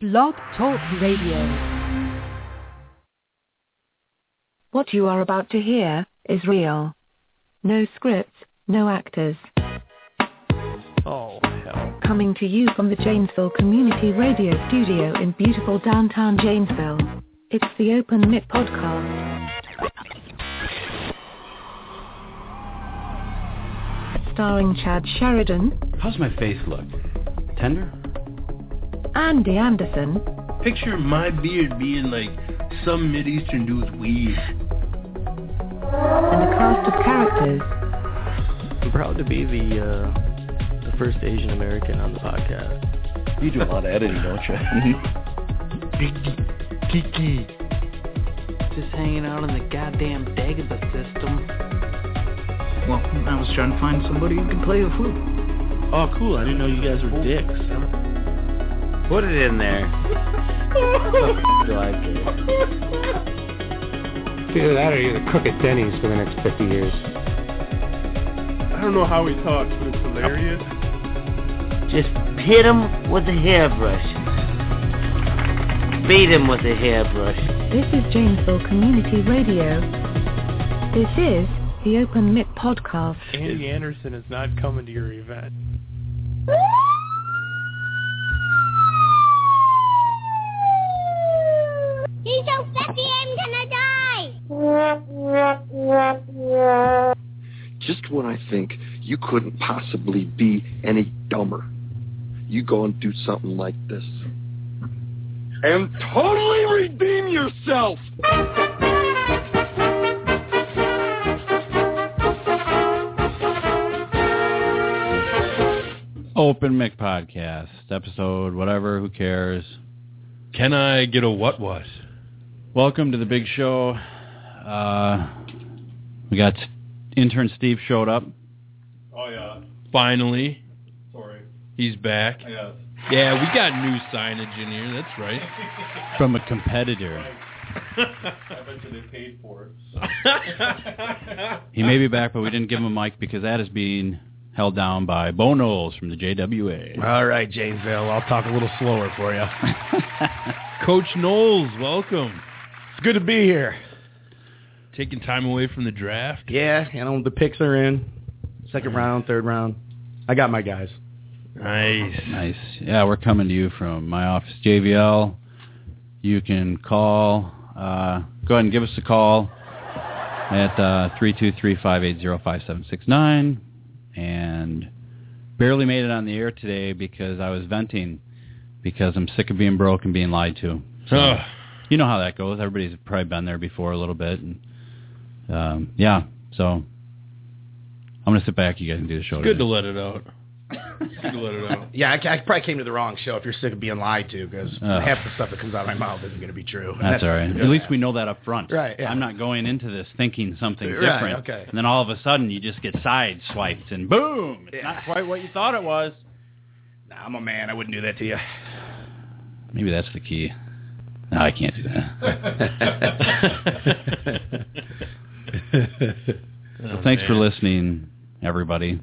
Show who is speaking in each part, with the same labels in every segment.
Speaker 1: Blog Talk Radio.
Speaker 2: What you are about to hear is real. No scripts, no actors.
Speaker 3: Oh, hell.
Speaker 2: Coming to you from the Janesville Community Radio Studio in beautiful downtown Janesville. It's the Open Mic Podcast. Starring Chad Sheridan.
Speaker 4: How's my face look? Tender?
Speaker 2: Andy Anderson.
Speaker 5: Picture my beard being like some Mideastern dude's weave.
Speaker 2: And the cast of characters.
Speaker 3: I'm proud to be the uh, the first Asian American on the podcast.
Speaker 4: You do a lot of editing, don't
Speaker 6: you? Kiki. Just hanging out in the goddamn Dagobah system.
Speaker 7: Well, I was trying to find somebody who could play the flute.
Speaker 3: Oh, cool. I didn't know you guys were dicks.
Speaker 8: Put it in there.
Speaker 3: do I do?
Speaker 9: Either that or you're the cook at Denny's for the next 50 years.
Speaker 10: I don't know how he talks, but it's hilarious.
Speaker 8: Just hit him with a hairbrush. Beat him with a hairbrush.
Speaker 2: This is Janesville Community Radio. This is the Open Mic Podcast.
Speaker 10: Andy Anderson is not coming to your event.
Speaker 11: He's so sexy, I'm gonna die!
Speaker 12: Just when I think you couldn't possibly be any dumber, you go and do something like this. And totally redeem yourself!
Speaker 4: Open Mic Podcast, episode whatever, who cares?
Speaker 5: Can I get a what what?
Speaker 4: Welcome to the big show. Uh, we got intern Steve showed up.
Speaker 10: Oh yeah.
Speaker 5: Finally.
Speaker 10: Sorry.
Speaker 5: He's back.
Speaker 10: Yes.
Speaker 5: Yeah, we got new signage in here. That's right.
Speaker 4: From a competitor.
Speaker 10: I bet you they paid for it. So.
Speaker 4: he may be back, but we didn't give him a mic because that is being held down by Bo Knowles from the JWA.
Speaker 13: All right, Janesville, I'll talk a little slower for you.
Speaker 5: Coach Knowles, welcome.
Speaker 13: It's good to be here.
Speaker 5: Taking time away from the draft.
Speaker 13: Yeah, you know the picks are in. Second round, third round. I got my guys.
Speaker 5: Nice,
Speaker 4: nice. Yeah, we're coming to you from my office, JVL. You can call. Uh, go ahead and give us a call at uh, three two three five eight zero five seven six nine and barely made it on the air today because I was venting because I'm sick of being broke and being lied to. So Ugh. you know how that goes. Everybody's probably been there before a little bit, and um, yeah. So I'm gonna sit back. You guys can do the show.
Speaker 5: It's good today. to let it out. good to let it out.
Speaker 13: yeah, I, I, probably came to the wrong show if you're sick of being lied to because uh, half the stuff that comes out of my mouth isn't going to be true.
Speaker 4: That's, that's, all right.
Speaker 13: That's,
Speaker 4: At yeah. least we know that up front.
Speaker 13: Right. Yeah.
Speaker 4: I'm not going into this thinking something different.
Speaker 13: Right, okay.
Speaker 4: And then all of a sudden you just get side swiped and boom, it's yeah. not quite what you thought it was.
Speaker 13: Nah, I'm a man. I wouldn't do that to you.
Speaker 4: Maybe that's the key. No, I can't do that. well, thanks oh, for listening, everybody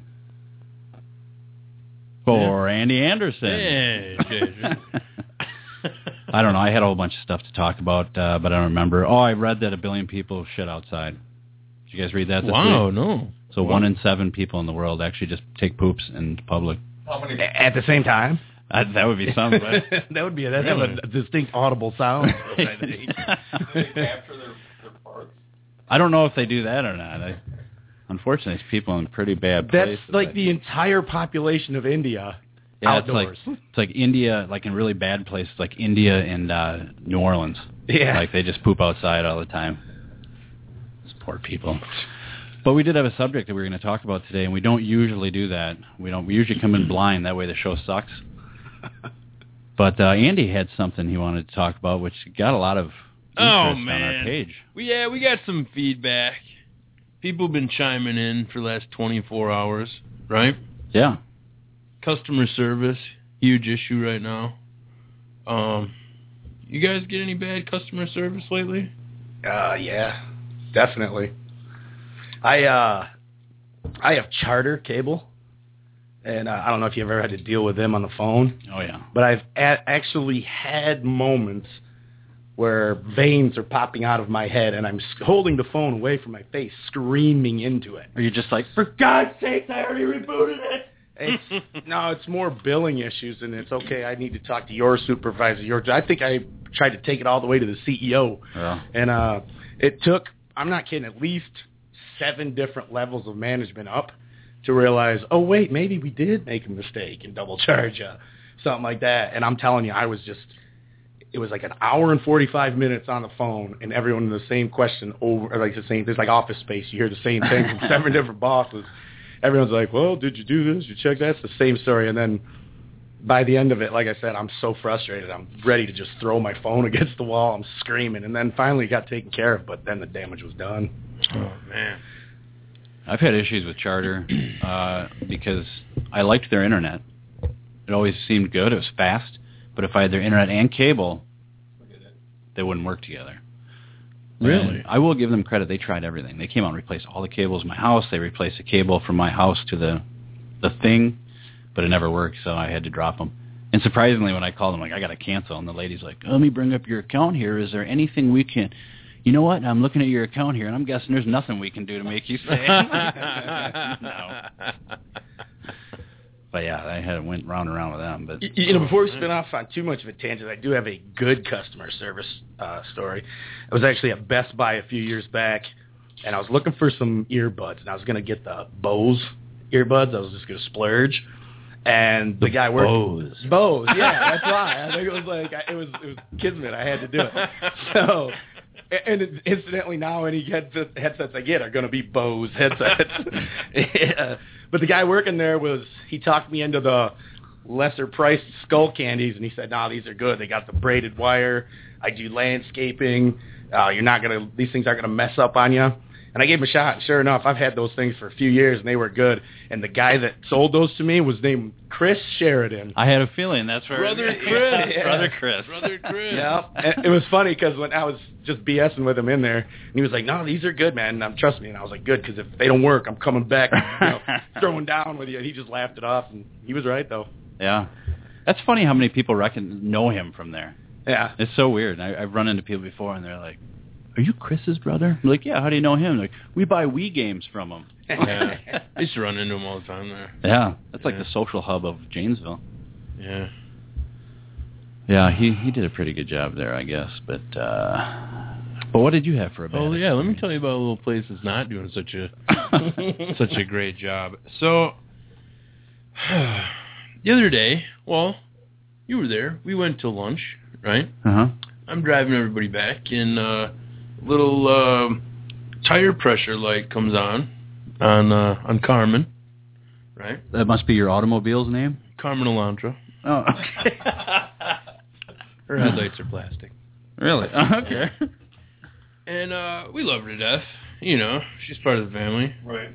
Speaker 4: for Andy Anderson.
Speaker 5: Yeah, yeah,
Speaker 4: yeah. I don't know. I had a whole bunch of stuff to talk about, uh, but I don't remember. Oh, I read that a billion people shit outside. Did you guys read that?
Speaker 5: wow,
Speaker 4: week?
Speaker 5: no.
Speaker 4: So
Speaker 5: wow.
Speaker 4: one in seven people in the world actually just take poops in public.
Speaker 13: At the same time?
Speaker 4: Uh, that would be something. that
Speaker 13: would be a, that's really? a distinct audible sound.
Speaker 10: Do they capture their, their parts?
Speaker 4: I don't know if they do that or not. I, unfortunately, it's people in pretty bad
Speaker 13: places. That's like the entire population of India
Speaker 4: yeah,
Speaker 13: outdoors.
Speaker 4: It's like, it's like India, like in really bad places, like India and uh, New Orleans.
Speaker 13: Yeah,
Speaker 4: like they just poop outside all the time. Those poor people. But we did have a subject that we were going to talk about today, and we don't usually do that. We don't. We usually come in blind. That way, the show sucks. But uh, Andy had something he wanted to talk about, which got a lot of interest
Speaker 5: oh,
Speaker 4: man. on our page.
Speaker 5: We, yeah, we got some feedback people have been chiming in for the last 24 hours, right?
Speaker 4: Yeah.
Speaker 5: Customer service, huge issue right now. Um, you guys get any bad customer service lately?
Speaker 13: Uh, yeah, definitely. I uh, I have Charter cable, and uh, I don't know if you've ever had to deal with them on the phone.
Speaker 4: Oh yeah.
Speaker 13: But I've a- actually had moments where veins are popping out of my head, and I'm s- holding the phone away from my face, screaming into it.
Speaker 4: Are you just like,
Speaker 13: for God's sakes, I already rebooted it? It's, no, it's more billing issues, and it's okay. I need to talk to your supervisor. Your, I think I tried to take it all the way to the CEO,
Speaker 4: Yeah.
Speaker 13: and uh, it took. I'm not kidding. At least seven different levels of management up to realize, oh wait, maybe we did make a mistake and double charge uh, something like that. And I'm telling you, I was just it was like an hour and 45 minutes on the phone and everyone the same question over or like the same there's like office space you hear the same thing from seven different bosses everyone's like well did you do this you check that's the same story and then by the end of it like i said i'm so frustrated i'm ready to just throw my phone against the wall i'm screaming and then finally it got taken care of but then the damage was done
Speaker 5: Oh man.
Speaker 4: I've had issues with Charter uh, because I liked their internet. It always seemed good. It was fast. But if I had their internet and cable, they wouldn't work together.
Speaker 5: Really?
Speaker 4: And I will give them credit. They tried everything. They came out and replaced all the cables in my house. They replaced the cable from my house to the the thing, but it never worked. So I had to drop them. And surprisingly, when I called them, like I got to cancel, and the lady's like, "Let me bring up your account here. Is there anything we can?" You know what? I'm looking at your account here, and I'm guessing there's nothing we can do to make you stay. no. But yeah, I had went round and round with them. But
Speaker 13: Y- You know, before we spin off on too much of a tangent, I do have a good customer service uh, story. I was actually at Best Buy a few years back, and I was looking for some earbuds, and I was going to get the Bose earbuds. I was just going to splurge, and the, guy worked
Speaker 5: Bose.
Speaker 13: Bose, yeah, that's why. I think it was like I- it was it was kismet. I had to do it. So, a- and it- incidentally, now any headsets, headsets I get are going to be Bose headsets. Yeah. But the guy working there was he talked me into the lesser priced skull candies, and he said, "Nah, these are good. They got the braided wire. I do landscaping. Uh, you're not gonna these things aren't gonna mess up on you." And I gave him a shot, and sure enough, I've had those things for a few years, and they were good. And the guy that sold those to me was named Chris Sheridan.
Speaker 4: I had a feeling that's where
Speaker 5: Brother
Speaker 4: Yeah,
Speaker 5: Chris.
Speaker 4: brother Chris.
Speaker 5: Brother Chris.
Speaker 13: Yeah, And it was funny because when I was just BSing with him in there, and he was like, "No, these are good, man. And I'm trust me." And I was like, "Good, because if they don't work, I'm coming back, you know, throwing down with you." And he just laughed it off, and he was right though.
Speaker 4: Yeah, that's funny how many people reckon know him from there.
Speaker 13: Yeah,
Speaker 4: It's so weird. I, I've run into people before, and they're like, "Are you Chris's brother?" I'm like, "Yeah." How do you know him? Like, we buy Wii games from him.
Speaker 5: yeah. I used to run into him all the time there.
Speaker 4: Yeah, that's like the social hub of Janesville.
Speaker 5: Yeah.
Speaker 4: Yeah, he he did a pretty good job there, I guess. But uh but what did you have for a band?
Speaker 5: Oh yeah, let me tell you about a little place that's not doing such a such a great job. So the other day, well, you were there. We went to lunch, right?
Speaker 4: Uh huh.
Speaker 5: I'm driving everybody back, and uh, little um tire pressure light comes on on uh, on Carmen, right?
Speaker 4: That must be your automobile's name.
Speaker 5: Carmen Elantra.
Speaker 4: Oh,
Speaker 5: Her headlights are plastic.
Speaker 4: really? Okay.
Speaker 5: And uh, we love her to death. You know, she's part of the family. Right.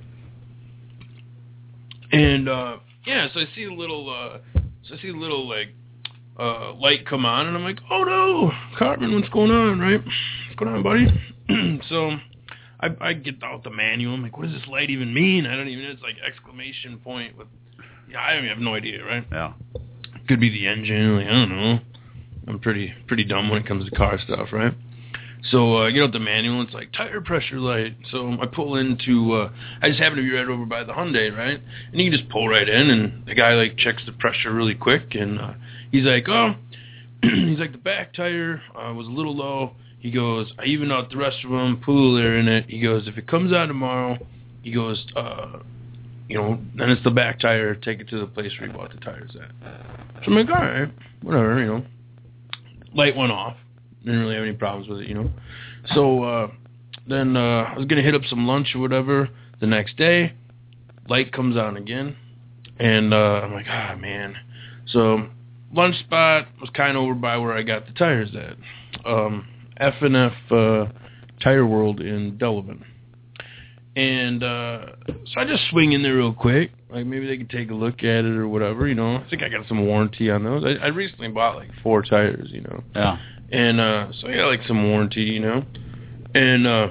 Speaker 5: And uh, yeah, so I see a little, uh, so I see a little like uh, light come on, and I'm like, oh no, Cartman, what's going on, right? What's going on, buddy? so I, I get out the manual. I'm like, what does this light even mean? I don't even. It's like exclamation point with. Yeah, I don't even have no idea, right?
Speaker 4: Yeah.
Speaker 5: Could be the engine. Like, I don't know. I'm pretty pretty dumb when it comes to car stuff, right? So uh, I get out the manual. It's like tire pressure light. So I pull into. Uh, I just happen to be right over by the Hyundai, right? And you can just pull right in, and the guy like checks the pressure really quick, and uh, he's like, "Oh, he's like the back tire uh, was a little low." He goes, "I evened out the rest of them, put a little air in it." He goes, "If it comes out tomorrow, he goes, uh, you know, then it's the back tire. Take it to the place where you bought the tires at." So I'm like, "All right, whatever, you know." Light went off. Didn't really have any problems with it, you know. So uh, then uh, I was gonna hit up some lunch or whatever the next day. Light comes on again, and uh, I'm like, ah, man. So lunch spot was kind of over by where I got the tires at. Um, F and F uh, Tire World in Delavan. And uh, so I just swing in there real quick. Like maybe they could take a look at it or whatever, you know. I think I got some warranty on those. I, I recently bought like four tires, you know.
Speaker 4: Yeah.
Speaker 5: And uh so I got like some warranty, you know. And uh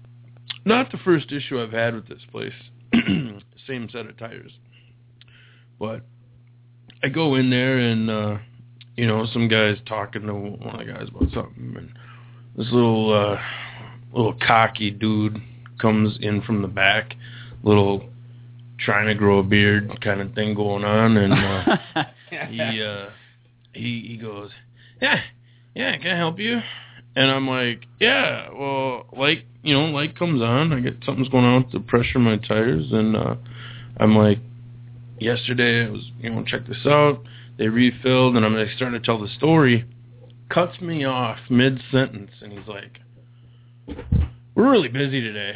Speaker 5: not the first issue I've had with this place. Same set of tires. But I go in there and uh, you know some guys talking to one of the guys about something, and this little uh, little cocky dude comes in from the back, little trying to grow a beard kind of thing going on, and uh, he uh, he he goes, yeah, yeah, can I help you? And I'm like, yeah, well, like you know, light comes on. I get something's going on with the pressure in my tires, and uh, I'm like, yesterday I was you know check this out. They refilled, and I'm like starting to tell the story. Cuts me off mid sentence, and he's like, "We're really busy today."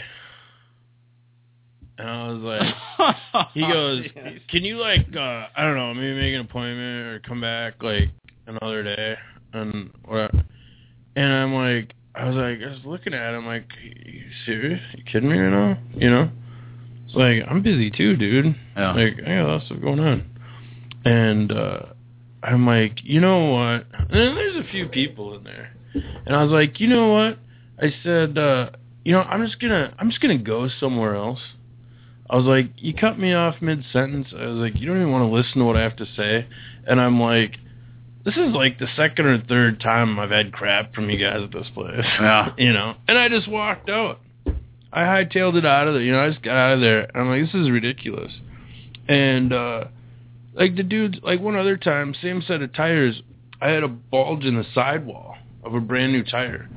Speaker 5: And I was like,
Speaker 13: Oh,
Speaker 5: he goes, "Can you like, uh, I don't know, maybe make an appointment or come back like another day?" And what? And I'm like, I was like, I was looking at him like, you serious? You kidding me right now? You know? It's like I'm busy too, dude.
Speaker 4: Yeah.
Speaker 5: Like I got a lot of stuff going on. And uh I'm like, you know what? And there's a few people in there. And I was like, you know what? I said, uh, you know, I'm just gonna I'm just gonna go somewhere else. I was like, you cut me off mid sentence. I was like, you don't even want to listen to what I have to say. And I'm like, this is like the second or third time I've had crap from you guys at this place.
Speaker 4: Yeah.
Speaker 5: you know, and I just walked out. I hightailed it out of there. You know, I just got out of there. I'm like, this is ridiculous. And uh like the dudes, like one other time, same set of tires. I had a bulge in the sidewall of a brand new tire,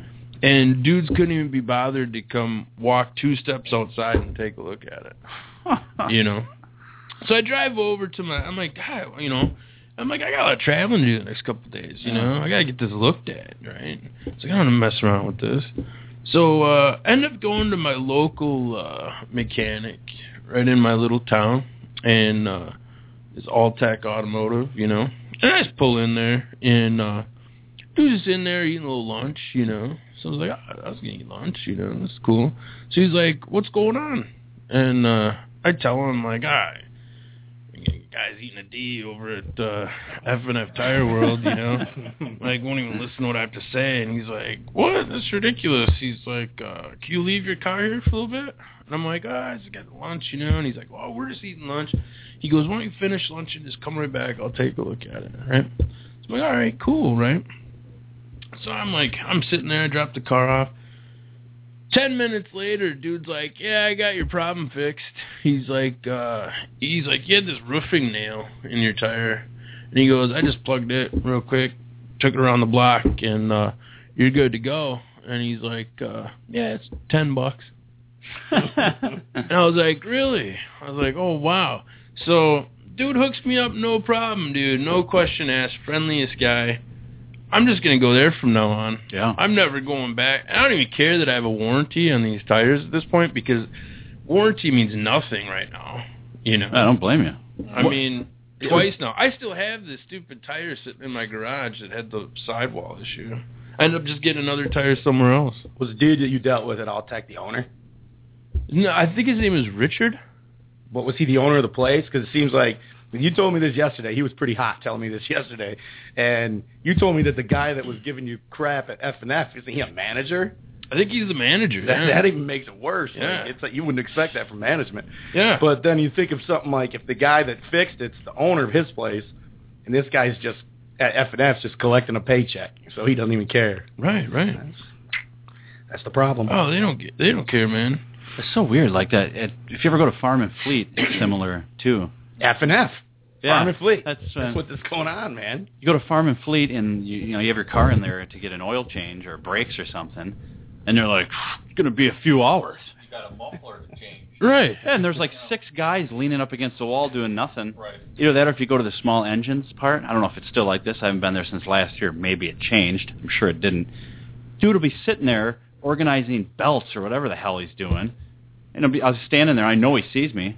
Speaker 5: and dudes couldn't even be bothered to come walk two steps outside and take a look at it. you know. So I drive over to my. I'm like, God, you know. I'm like, I got a lot of traveling to do the next couple of days, you know. I gotta get this looked at, right? It's like I don't wanna mess around with this. So uh end up going to my local uh mechanic right in my little town and uh it's all tech automotive, you know. And I just pull in there and uh dude's just in there eating a little lunch, you know. So I was like, "Ah, I was gonna eat lunch, you know, that's cool. So he's like, What's going on? And uh I tell him like, I guy's eating a D over at uh, F and F Tire World, you know. like won't even listen to what I have to say, and he's like, "What? That's ridiculous." He's like, uh, "Can you leave your car here for a little bit?" And I'm like, "Ah, I just got lunch, you know." And he's like, "Well, we're just eating lunch." He goes, "Why don't you finish lunch and just come right back? I'll take a look at it, right?" So I'm like, "All right, cool, right?" So I'm like, I'm sitting there, I drop the car off. Ten minutes later, dude's like, "Yeah, I got your problem fixed." He's like, uh, "He's like, you had this roofing nail in your tire," and he goes, "I just plugged it real quick, took it around the block, and uh, you're good to go." And he's like, uh, "Yeah, it's ten bucks." and I was like, "Really?" I was like, "Oh wow!" So, dude hooks me up, no problem, dude, no question asked, friendliest guy. I'm just gonna go there from now on.
Speaker 4: Yeah.
Speaker 5: I'm never going back. I don't even care that I have a warranty on these tires at this point because warranty means nothing right now. You know.
Speaker 4: I don't blame you.
Speaker 5: I mean, twice now. I still have this stupid tire sitting in my garage that had the sidewall issue. I ended up just getting another tire somewhere else.
Speaker 13: Was the dude that you dealt with at Alltech the owner?
Speaker 5: No, I think his name is Richard.
Speaker 13: But was he the owner of the place? Because it seems like you told me this yesterday. He was pretty hot telling me this yesterday, and you told me that the guy that was giving you crap at F and F isn't he a manager?
Speaker 5: I think he's the manager.
Speaker 13: That,
Speaker 5: yeah.
Speaker 13: that even makes it worse. Like,
Speaker 5: Yeah.
Speaker 13: it's like you wouldn't expect that from management.
Speaker 5: Yeah.
Speaker 13: But then you think of something like if the guy that fixed it's the owner of his place, and this guy's just at F and F's just collecting a paycheck, so he doesn't even care.
Speaker 5: Right, right.
Speaker 13: That's the problem.
Speaker 5: Oh, they don't get, they don't care, man.
Speaker 4: It's so weird, like that. It, if you ever go to Farm and Fleet, it's similar too.
Speaker 13: F and F.
Speaker 4: Yeah,
Speaker 13: Farm and Fleet.
Speaker 4: That's, uh,
Speaker 13: That's what's going on, man.
Speaker 4: You go to Farm and Fleet, and you, you know you have your car in there to get an oil change or brakes or something, and they're like, "It's gonna be a few hours."
Speaker 14: You got a muffler to change.
Speaker 5: Right.
Speaker 4: And there's like six guys leaning up against the wall doing nothing.
Speaker 14: Right.
Speaker 4: Either that, or if you go to the small engines part, I don't know if it's still like this. I haven't been there since last year. Maybe it changed. I'm sure it didn't. Dude will be sitting there organizing belts or whatever the hell he's doing, and it'll be, I was standing there. I know he sees me.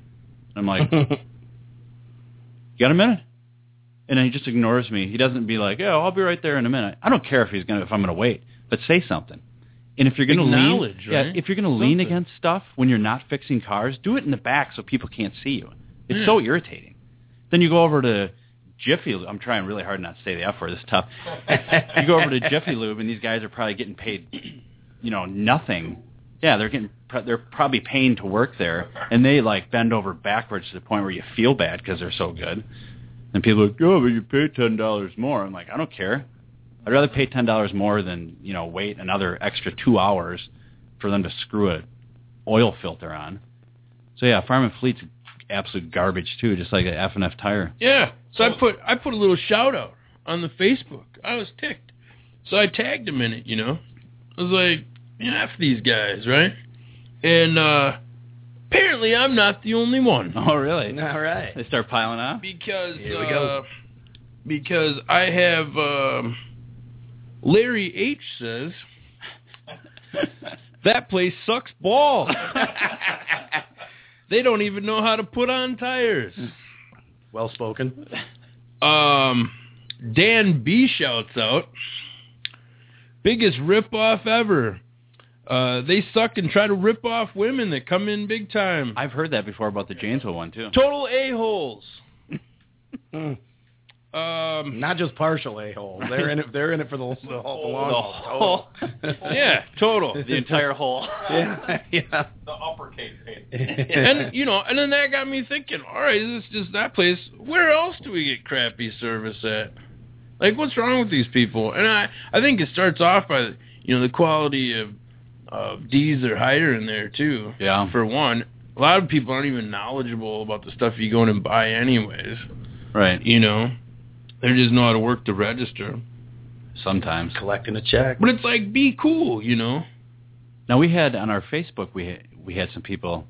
Speaker 4: I'm like, you got a minute? And then he just ignores me. He doesn't be like, oh, I'll be right there in a minute. I don't care if he's gonna if I'm gonna wait, but say something. And if you're gonna lean,
Speaker 5: Acknowledge,
Speaker 4: yeah,
Speaker 5: right?
Speaker 4: if you're gonna lean
Speaker 5: Something.
Speaker 4: against stuff when you're not fixing cars, do it in the back so people can't see you. It's
Speaker 5: Hmm.
Speaker 4: so irritating. Then you go over to Jiffy. Lube. I'm trying really hard not to say the F word. It's tough. you go over to Jiffy Lube, and these guys are probably getting paid, you know, nothing Yeah, they're getting pro- they're probably paying to work there, and they like bend over backwards to the point where you feel bad because they're so good. And people are like, oh, but you pay ten dollars more. I'm like, I don't care. I'd rather pay ten dollars more than you know wait another extra two hours for them to screw a oil filter on. So yeah, Farm and Fleet's absolute garbage too, just like an F and F tire.
Speaker 5: Yeah. So I put I put a little shout out on the Facebook. I was ticked. So I tagged him in it, you know. I was like, you know, F these guys, right? And uh apparently I'm not the only one.
Speaker 4: Oh really?
Speaker 6: All right.
Speaker 4: They start piling up.
Speaker 5: Because
Speaker 6: Here we
Speaker 5: uh,
Speaker 6: go.
Speaker 5: because I have um Larry H says that place sucks balls. they don't even know how to put on tires.
Speaker 13: Well spoken.
Speaker 5: Um, Dan B shouts out, biggest ripoff ever. Uh, they suck and try to rip off women that come in big time.
Speaker 4: I've heard that before about the Janesville one too.
Speaker 5: Total a holes.
Speaker 13: Mm.
Speaker 5: Um,
Speaker 13: Not just partial a hole. They're in it. They're in it for the, the, whole- the long haul. Total.
Speaker 5: Oh. yeah, total.
Speaker 4: The entire hole.
Speaker 13: Yeah. yeah.
Speaker 14: The uppercase hit.
Speaker 5: and you know, and then that got me thinking. All right, this is just that place. Where else do we get crappy service at? Like, what's wrong with these people? And I, I think it starts off by you know the quality of of D's are higher in there too.
Speaker 4: Yeah.
Speaker 5: For one, a lot of people aren't even knowledgeable about the stuff you go in and buy, anyways.
Speaker 4: Right.
Speaker 5: You know, they just know how to work the register.
Speaker 4: Sometimes.
Speaker 13: Collecting a check.
Speaker 5: But it's like, be cool, you know.
Speaker 4: Now we had on our Facebook we had, we had some people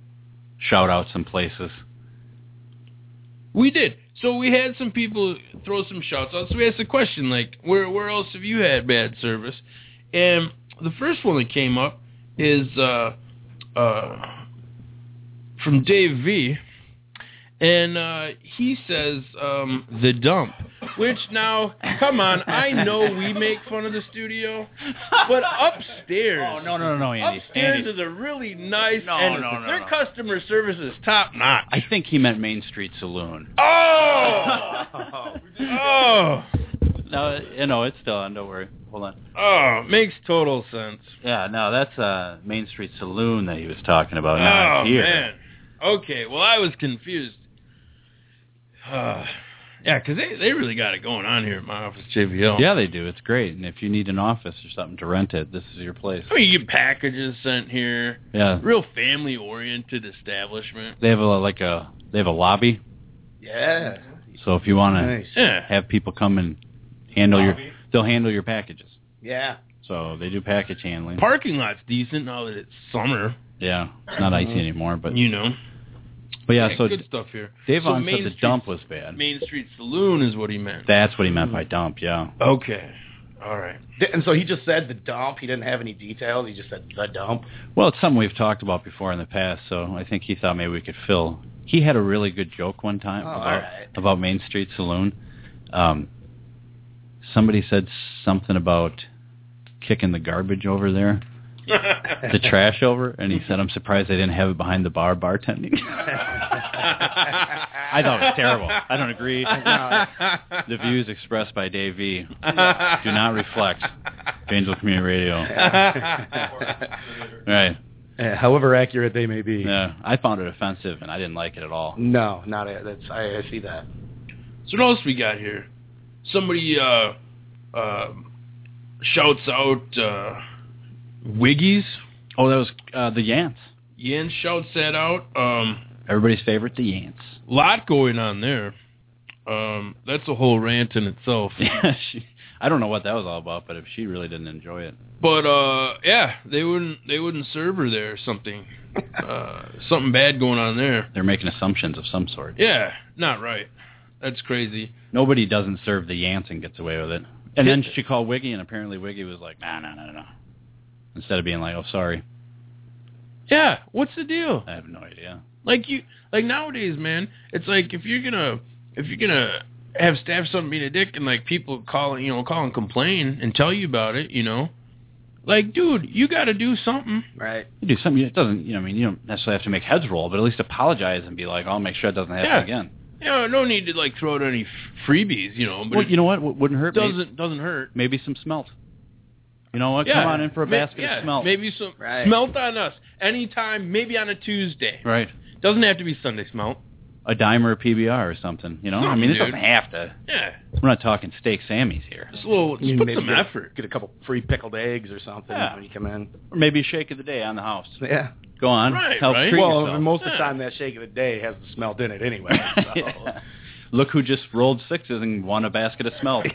Speaker 4: shout out some places.
Speaker 5: We did. So we had some people throw some shots out. So we asked the question, like, where where else have you had bad service? And the first one that came up is uh, uh, from Dave V. And uh, he says um, the dump, which now, come on, I know we make fun of the studio, but upstairs,
Speaker 4: Oh no no no no Andy.
Speaker 5: upstairs
Speaker 4: Andy.
Speaker 5: is a really nice
Speaker 4: No,
Speaker 5: and
Speaker 4: no, no,
Speaker 5: their
Speaker 4: no.
Speaker 5: customer service is top notch.
Speaker 4: I think he meant Main Street Saloon.
Speaker 5: Oh, oh,
Speaker 4: No, you know it's still on. Don't worry. Hold on.
Speaker 5: oh, makes total sense.
Speaker 4: Yeah, no, that's uh Main Street Saloon that he was talking about.
Speaker 5: oh
Speaker 4: Not here.
Speaker 5: man. Okay, well I was confused. Uh, yeah, because they they really got it going on here at my office, JVL.
Speaker 4: Yeah, they do. It's great. And if you need an office or something to rent it, this is your place.
Speaker 5: I mean, you get packages sent here.
Speaker 4: Yeah.
Speaker 5: Real family oriented establishment.
Speaker 4: They have a like a they have a lobby,
Speaker 5: Yeah.
Speaker 4: so if you want to
Speaker 13: Nice.
Speaker 5: Yeah.
Speaker 4: have people come and handle your
Speaker 5: Lobby?
Speaker 4: they'll handle your packages.
Speaker 13: Yeah.
Speaker 4: So they do package handling.
Speaker 5: Parking lot's decent now that it's summer,
Speaker 4: yeah, it's not icy
Speaker 13: Mhm.
Speaker 4: anymore, but
Speaker 5: you know.
Speaker 4: but yeah. so
Speaker 5: good stuff here.
Speaker 4: Dave
Speaker 5: So
Speaker 4: on
Speaker 5: Main
Speaker 4: said the
Speaker 5: Street-
Speaker 4: dump was bad.
Speaker 5: Main Street Saloon is what he meant.
Speaker 4: That's what he meant
Speaker 13: Mm-hmm.
Speaker 4: by dump. Yeah.
Speaker 5: Okay. All right.
Speaker 13: And so he just said the dump. He didn't have any details. He just said the dump.
Speaker 4: Well, it's something we've talked about before in the past, so I think he thought maybe we could fill. He had a really good joke one time
Speaker 13: Oh, all
Speaker 4: about,
Speaker 13: right.
Speaker 4: about Main Street Saloon. Um, somebody said something about kicking the garbage over there, the trash over, and he said, "I'm surprised they didn't have it behind the bar bartending." I thought it was terrible. I don't agree. The views expressed by Dave V do not reflect Janesville Community Radio. Right.
Speaker 13: Uh, however accurate they may be.
Speaker 4: Yeah, I found it offensive, and I didn't like it at all.
Speaker 13: No, not it. That's I, I see that.
Speaker 5: So what else we got here? Somebody uh, uh, shouts out uh, Wiggies.
Speaker 4: Oh, that was uh, the Yants.
Speaker 5: Yan shouts that out. Um,
Speaker 4: Everybody's favorite, the Yants.
Speaker 5: lot going on there. Um, that's a whole rant in itself.
Speaker 4: Yeah, she, I don't know what that was all about, but if she really didn't enjoy it,
Speaker 5: But uh, yeah, they wouldn't they wouldn't serve her there or something. Uh, something bad going on there.
Speaker 4: they're making assumptions of some sort.
Speaker 5: Yeah, not right. That's crazy.
Speaker 4: Nobody doesn't serve the Yants and gets away with it. And then she called Wiggy, and apparently Wiggy was like, "Nah, nah, nah, nah." Instead of being like, "Oh, sorry,
Speaker 5: Yeah, what's the deal?
Speaker 4: I have no idea."
Speaker 5: Like you, like nowadays, man, it's like if you're gonna if you're gonna have staff something being a dick and like people call you know call and complain and tell you about it, you know, like dude, you got to do something.
Speaker 13: Right.
Speaker 4: You do something. It doesn't. You know, I mean, you don't necessarily have to make heads roll, but at least apologize and be like, "I'll make sure it doesn't happen
Speaker 5: Yeah.
Speaker 4: again."
Speaker 5: You know, no need to like throw out any f- freebies, you know. But
Speaker 4: Well,
Speaker 5: it
Speaker 4: you know what? What wouldn't hurt? Maybe-
Speaker 5: doesn't doesn't hurt.
Speaker 4: Maybe some smelt. You know what?
Speaker 5: Yeah.
Speaker 4: Come on in for a
Speaker 5: May-
Speaker 4: basket
Speaker 5: yeah,
Speaker 4: of smelt.
Speaker 5: Maybe some
Speaker 4: Right.
Speaker 5: smelt on us anytime. Maybe on a Tuesday.
Speaker 4: Right.
Speaker 5: Doesn't have to be Sunday smelt.
Speaker 4: A dime or a PBR or something. You know, I mean, it
Speaker 5: Dude.
Speaker 4: doesn't have to.
Speaker 5: Yeah.
Speaker 4: We're not talking steak Sammy's here.
Speaker 5: Just a little. Just put some
Speaker 13: get, a-
Speaker 5: effort.
Speaker 13: Get a couple free pickled eggs or something
Speaker 4: Yeah.
Speaker 13: when you come in.
Speaker 4: Or maybe a shake of the day on the house.
Speaker 13: Yeah.
Speaker 4: Go on.
Speaker 13: Right,
Speaker 4: Help
Speaker 13: right.
Speaker 4: treat
Speaker 13: Well,
Speaker 4: yourself.
Speaker 13: most of the time that shake of the day has the smelt in it anyway. So.
Speaker 4: Look who just rolled sixes and won a basket of smelt.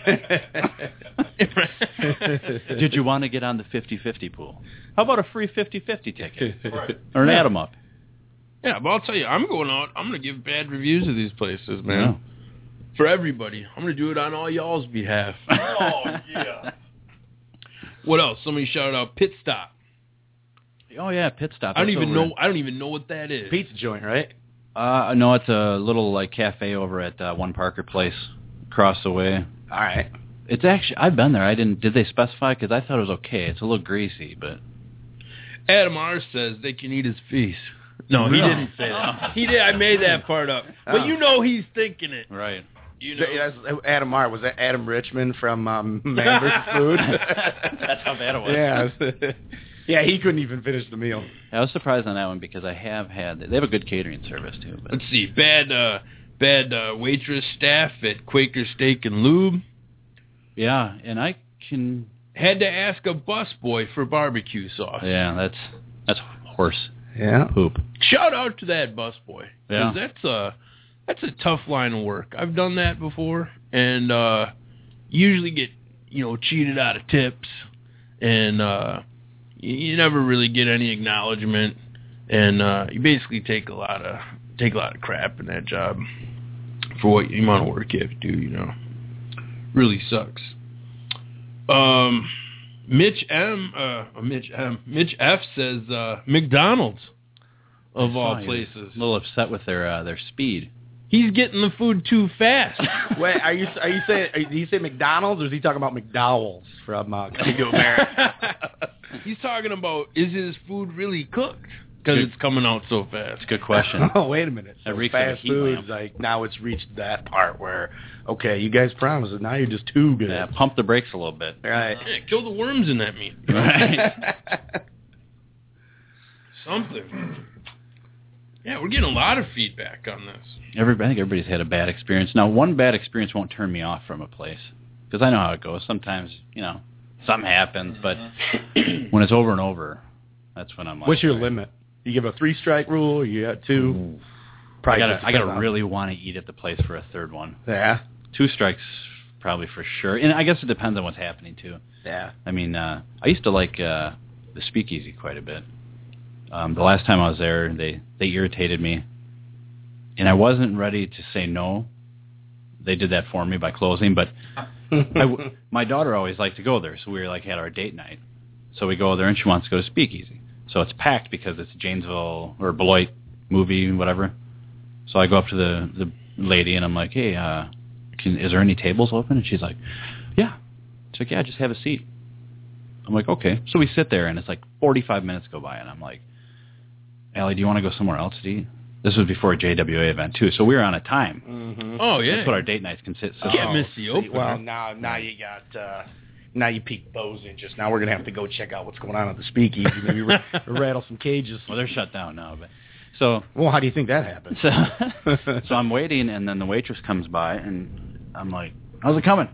Speaker 4: Did you want to get on the 50-50 pool? How about a free 50-50 ticket?
Speaker 5: Right.
Speaker 4: Or an
Speaker 5: Yeah.
Speaker 4: atom up?
Speaker 5: Yeah, but I'll tell you, I'm going out. I'm going to give bad reviews of these places, man. For everybody. I'm going to do it on all y'all's behalf.
Speaker 14: Oh, yeah.
Speaker 5: what else? Somebody shouted out Pit Stop.
Speaker 4: Oh yeah, pit stop.
Speaker 5: I don't
Speaker 4: That's
Speaker 5: even
Speaker 4: over
Speaker 5: know. I don't even know what that is.
Speaker 13: Pizza joint, right?
Speaker 4: in- Uh, no, it's a little like cafe over at uh, One Parker Place, across the way.
Speaker 13: All right.
Speaker 4: It's actually I've been there. I didn't. Did they specify? Because I thought it was okay. It's a little greasy, but
Speaker 5: Adam R says they can eat his feast. No, he
Speaker 4: No.
Speaker 5: didn't say Oh. that. He did. I made that part up. But you know he's thinking it.
Speaker 4: right.
Speaker 5: You know.
Speaker 13: Th- that's- Adam R. Was that Adam Richmond from um, Man vs. Food?
Speaker 4: That's how bad it was.
Speaker 13: Yeah. yeah, he couldn't even finish the meal.
Speaker 4: I was surprised on that one because I have had they have a good catering service too. But
Speaker 5: Let's see. Bad, uh, bad uh, waitress staff at Quaker Steak and Lube
Speaker 4: yeah, and I can.
Speaker 5: had to ask a busboy for barbecue sauce.
Speaker 4: Yeah, that's that's horse
Speaker 13: Yeah.
Speaker 4: poop.
Speaker 5: Shout out to that busboy. 'cause
Speaker 4: Yeah.
Speaker 5: That's a that's a tough line of work. I've done that before, and uh, usually get you know cheated out of tips, and uh, you, you never really get any acknowledgement, and uh, you basically take a lot of take a lot of crap in that job for what you amount of work you have to do. You know, really sucks. Um, Mitch M, uh, Mitch M, Mitch F says uh, McDonald's of
Speaker 4: I saw
Speaker 5: all
Speaker 4: you.
Speaker 5: places.
Speaker 4: A little upset with their uh, their speed.
Speaker 5: He's getting the food too fast.
Speaker 13: Wait, are you are you saying are, did he say McDonald's or is he talking about McDowell's from uh, Coming to America?
Speaker 5: He's talking about is his food really cooked? Because
Speaker 4: Good-
Speaker 5: it's coming out so fast.
Speaker 4: Good question.
Speaker 13: oh, wait a minute. So
Speaker 4: That reeks of
Speaker 13: fast
Speaker 4: heat
Speaker 13: food's like now it's reached that part where okay, you guys promised it. Now you're just too good.
Speaker 4: yeah, pump the brakes a little bit.
Speaker 13: Right.
Speaker 5: Yeah, kill the worms in that meat.
Speaker 4: Right.
Speaker 5: Something. Yeah, we're getting a lot of feedback on this.
Speaker 4: Every, I think everybody's had a bad experience. Now, one bad experience won't turn me off from a place because I know how it goes. Sometimes, you know, something happens, but when it's over and over, that's when I'm like,
Speaker 13: Mm-hmm. What's your limit? You give a three strike rule. You got two.
Speaker 4: I
Speaker 13: Probably
Speaker 4: gotta,
Speaker 13: just
Speaker 4: I gotta
Speaker 13: depends on-
Speaker 4: really want to eat at the place for a third one.
Speaker 13: Yeah.
Speaker 4: Two strikes, probably for sure. And I guess it depends on what's happening too.
Speaker 13: Yeah.
Speaker 4: I mean, uh, I used to like uh, the Speakeasy quite a bit. Um, the last time I was there, they they irritated me, and I wasn't ready to say no. They did that for me by closing, but I w- my daughter always liked to go there, so we were like had our date night. So we go there, and she wants to go to Speakeasy. So it's packed because it's Janesville or Beloit movie, whatever. So I go up to the the lady, and I'm like, "Hey, uh, can, is there any tables open?" And she's like, "Yeah." She's like, "Yeah, just have a seat." I'm like, "Okay." So we sit there, and it's like 45 minutes go by, and I'm like, "Allie, do you want to go somewhere else to eat?" This was before a JWA event too, so we were on a time.
Speaker 13: Mm-hmm.
Speaker 5: Oh yeah.
Speaker 4: That's what our date nights consist of.
Speaker 5: Can't miss the opener.
Speaker 13: Oh, Well, now now you got uh, now you peak Bozen. Just now we're gonna have to go check out what's going on at the Speakeasy. Maybe ra- rattle some cages.
Speaker 4: Well, they're shut down now, but so
Speaker 13: Well, how do you think that happened?
Speaker 4: So, so I'm waiting, and then the waitress comes by, and I'm like, "How's it coming?"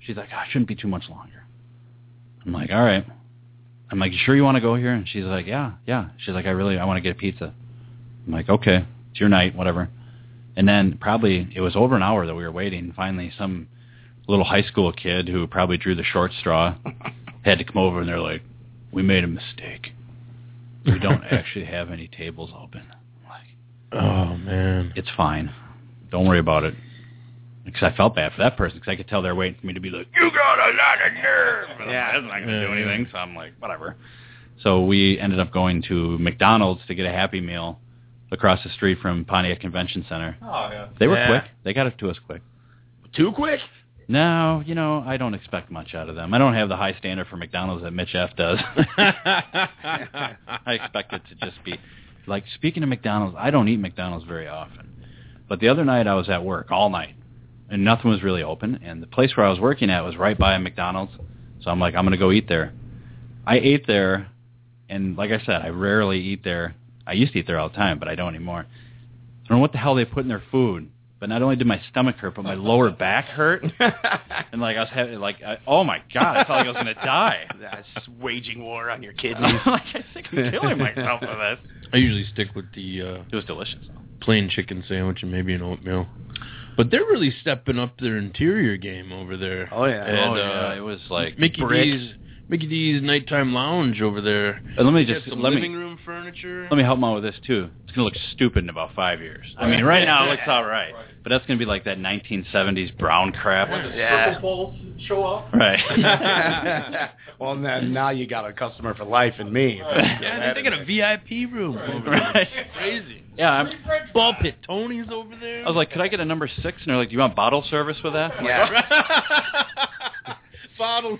Speaker 4: She's like, "Ah, "It shouldn't be too much longer." I'm like, "All right." I'm like, "You sure you want to go here?" And she's like, "Yeah, yeah." She's like, "I really, I want to get a pizza." I'm like, "Okay, it's your night, whatever." And then probably it was over an hour that we were waiting. Finally, some little high school kid who probably drew the short straw had to come over, and they're like, "We made a mistake. We don't actually have any tables open."
Speaker 5: Oh man.
Speaker 4: it's fine. Don't worry about it. Because I felt bad for that person because I could tell they're waiting for me to be like, you got a lot of nerve. And
Speaker 13: Yeah.
Speaker 4: I'm not going to do
Speaker 5: Yeah.
Speaker 4: anything. So I'm like, whatever. So we ended up going to McDonald's to get a Happy Meal across the street from Pontiac Convention Center.
Speaker 14: Oh, yeah.
Speaker 4: They were
Speaker 13: Yeah.
Speaker 4: quick. They got it to us quick.
Speaker 13: Too quick.
Speaker 4: No, you know, I don't expect much out of them. I don't have the high standard for McDonald's that Mitch F. does. I expect it to just be like speaking of McDonald's, I don't eat McDonald's very often. But the other night I was at work all night and nothing was really open and the place where I was working at was right by a McDonald's. So I'm like, I'm going to go eat there. I ate there, and like I said, I rarely eat there. I used to eat there all the time, but I don't anymore. I don't know what the hell they put in their food, but not only did my stomach hurt, but my lower back hurt, and like I was having like, I, oh my god, I felt like I was going to die.
Speaker 13: That's waging war on your kidneys.
Speaker 4: I'm like I think I'm killing myself
Speaker 13: Uh.
Speaker 4: with this.
Speaker 5: I usually stick with the. Uh,
Speaker 4: it was delicious.
Speaker 5: Plain chicken sandwich and maybe an oatmeal. But they're really stepping up their interior game over there.
Speaker 4: Oh yeah,
Speaker 5: and,
Speaker 4: oh yeah.
Speaker 5: Uh,
Speaker 4: it was like
Speaker 5: Mickey
Speaker 4: brick.
Speaker 5: D's Mickey D's nighttime lounge over there.
Speaker 4: And Uh, let me just
Speaker 5: some
Speaker 4: let
Speaker 5: living
Speaker 4: me,
Speaker 5: room furniture.
Speaker 4: Let me help out with this too. It's gonna look stupid in about five years. I mean, right now it looks all right, but that's gonna be like that 1970s brown crap.
Speaker 14: When the yeah. balls show up.
Speaker 4: Right.
Speaker 13: well, then now you got a customer for life in me.
Speaker 5: yeah, they're thinking a VIP room
Speaker 14: Right.
Speaker 5: over
Speaker 4: Right.
Speaker 5: there. Crazy.
Speaker 4: Yeah, I'm,
Speaker 5: Ball pit. Tony's over there.
Speaker 4: I was like, could I get a number six? And they're like, do you want bottle service with that? I'm like,
Speaker 13: Yeah.
Speaker 5: bottles.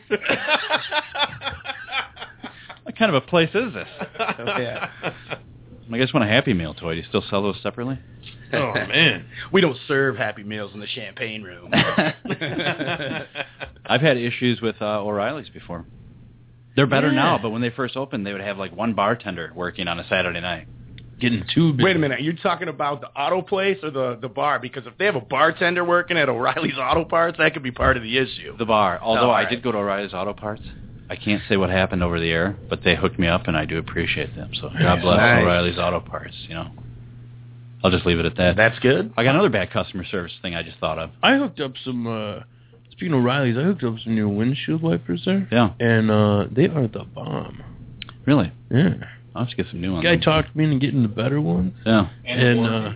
Speaker 4: what kind of a place is this?
Speaker 13: yeah.
Speaker 4: I guess want a Happy Meal toy. Do you still sell those separately?
Speaker 5: Oh man.
Speaker 13: We don't serve Happy Meals in the champagne room.
Speaker 4: I've had issues with uh, O'Reilly's before. They're better
Speaker 13: Yeah.
Speaker 4: now, but when they first opened, they would have like one bartender working on a Saturday night.
Speaker 5: Getting too big.
Speaker 13: Wait a minute. You're talking about the auto place or the, the bar? Because if they have a bartender working at O'Reilly's Auto Parts, that could be part of the issue.
Speaker 4: The bar. Although
Speaker 13: Oh,
Speaker 4: I
Speaker 13: alright.
Speaker 4: did go to O'Reilly's Auto Parts. I can't say what happened over the air, but they hooked me up, and I do appreciate them. So God bless
Speaker 13: Nice.
Speaker 4: O'Reilly's Auto Parts. You know, I'll just leave it at that.
Speaker 13: That's good.
Speaker 4: I got another bad customer service thing I just thought of.
Speaker 5: I hooked up some. uh Speaking of Riley's, I hooked up some new windshield wipers there,
Speaker 4: Yeah,
Speaker 5: and uh they are the bomb.
Speaker 4: really.
Speaker 5: Yeah.
Speaker 4: I'll just get some new ones.
Speaker 5: Guy talked me into getting the better ones,
Speaker 4: Yeah.
Speaker 5: and, uh,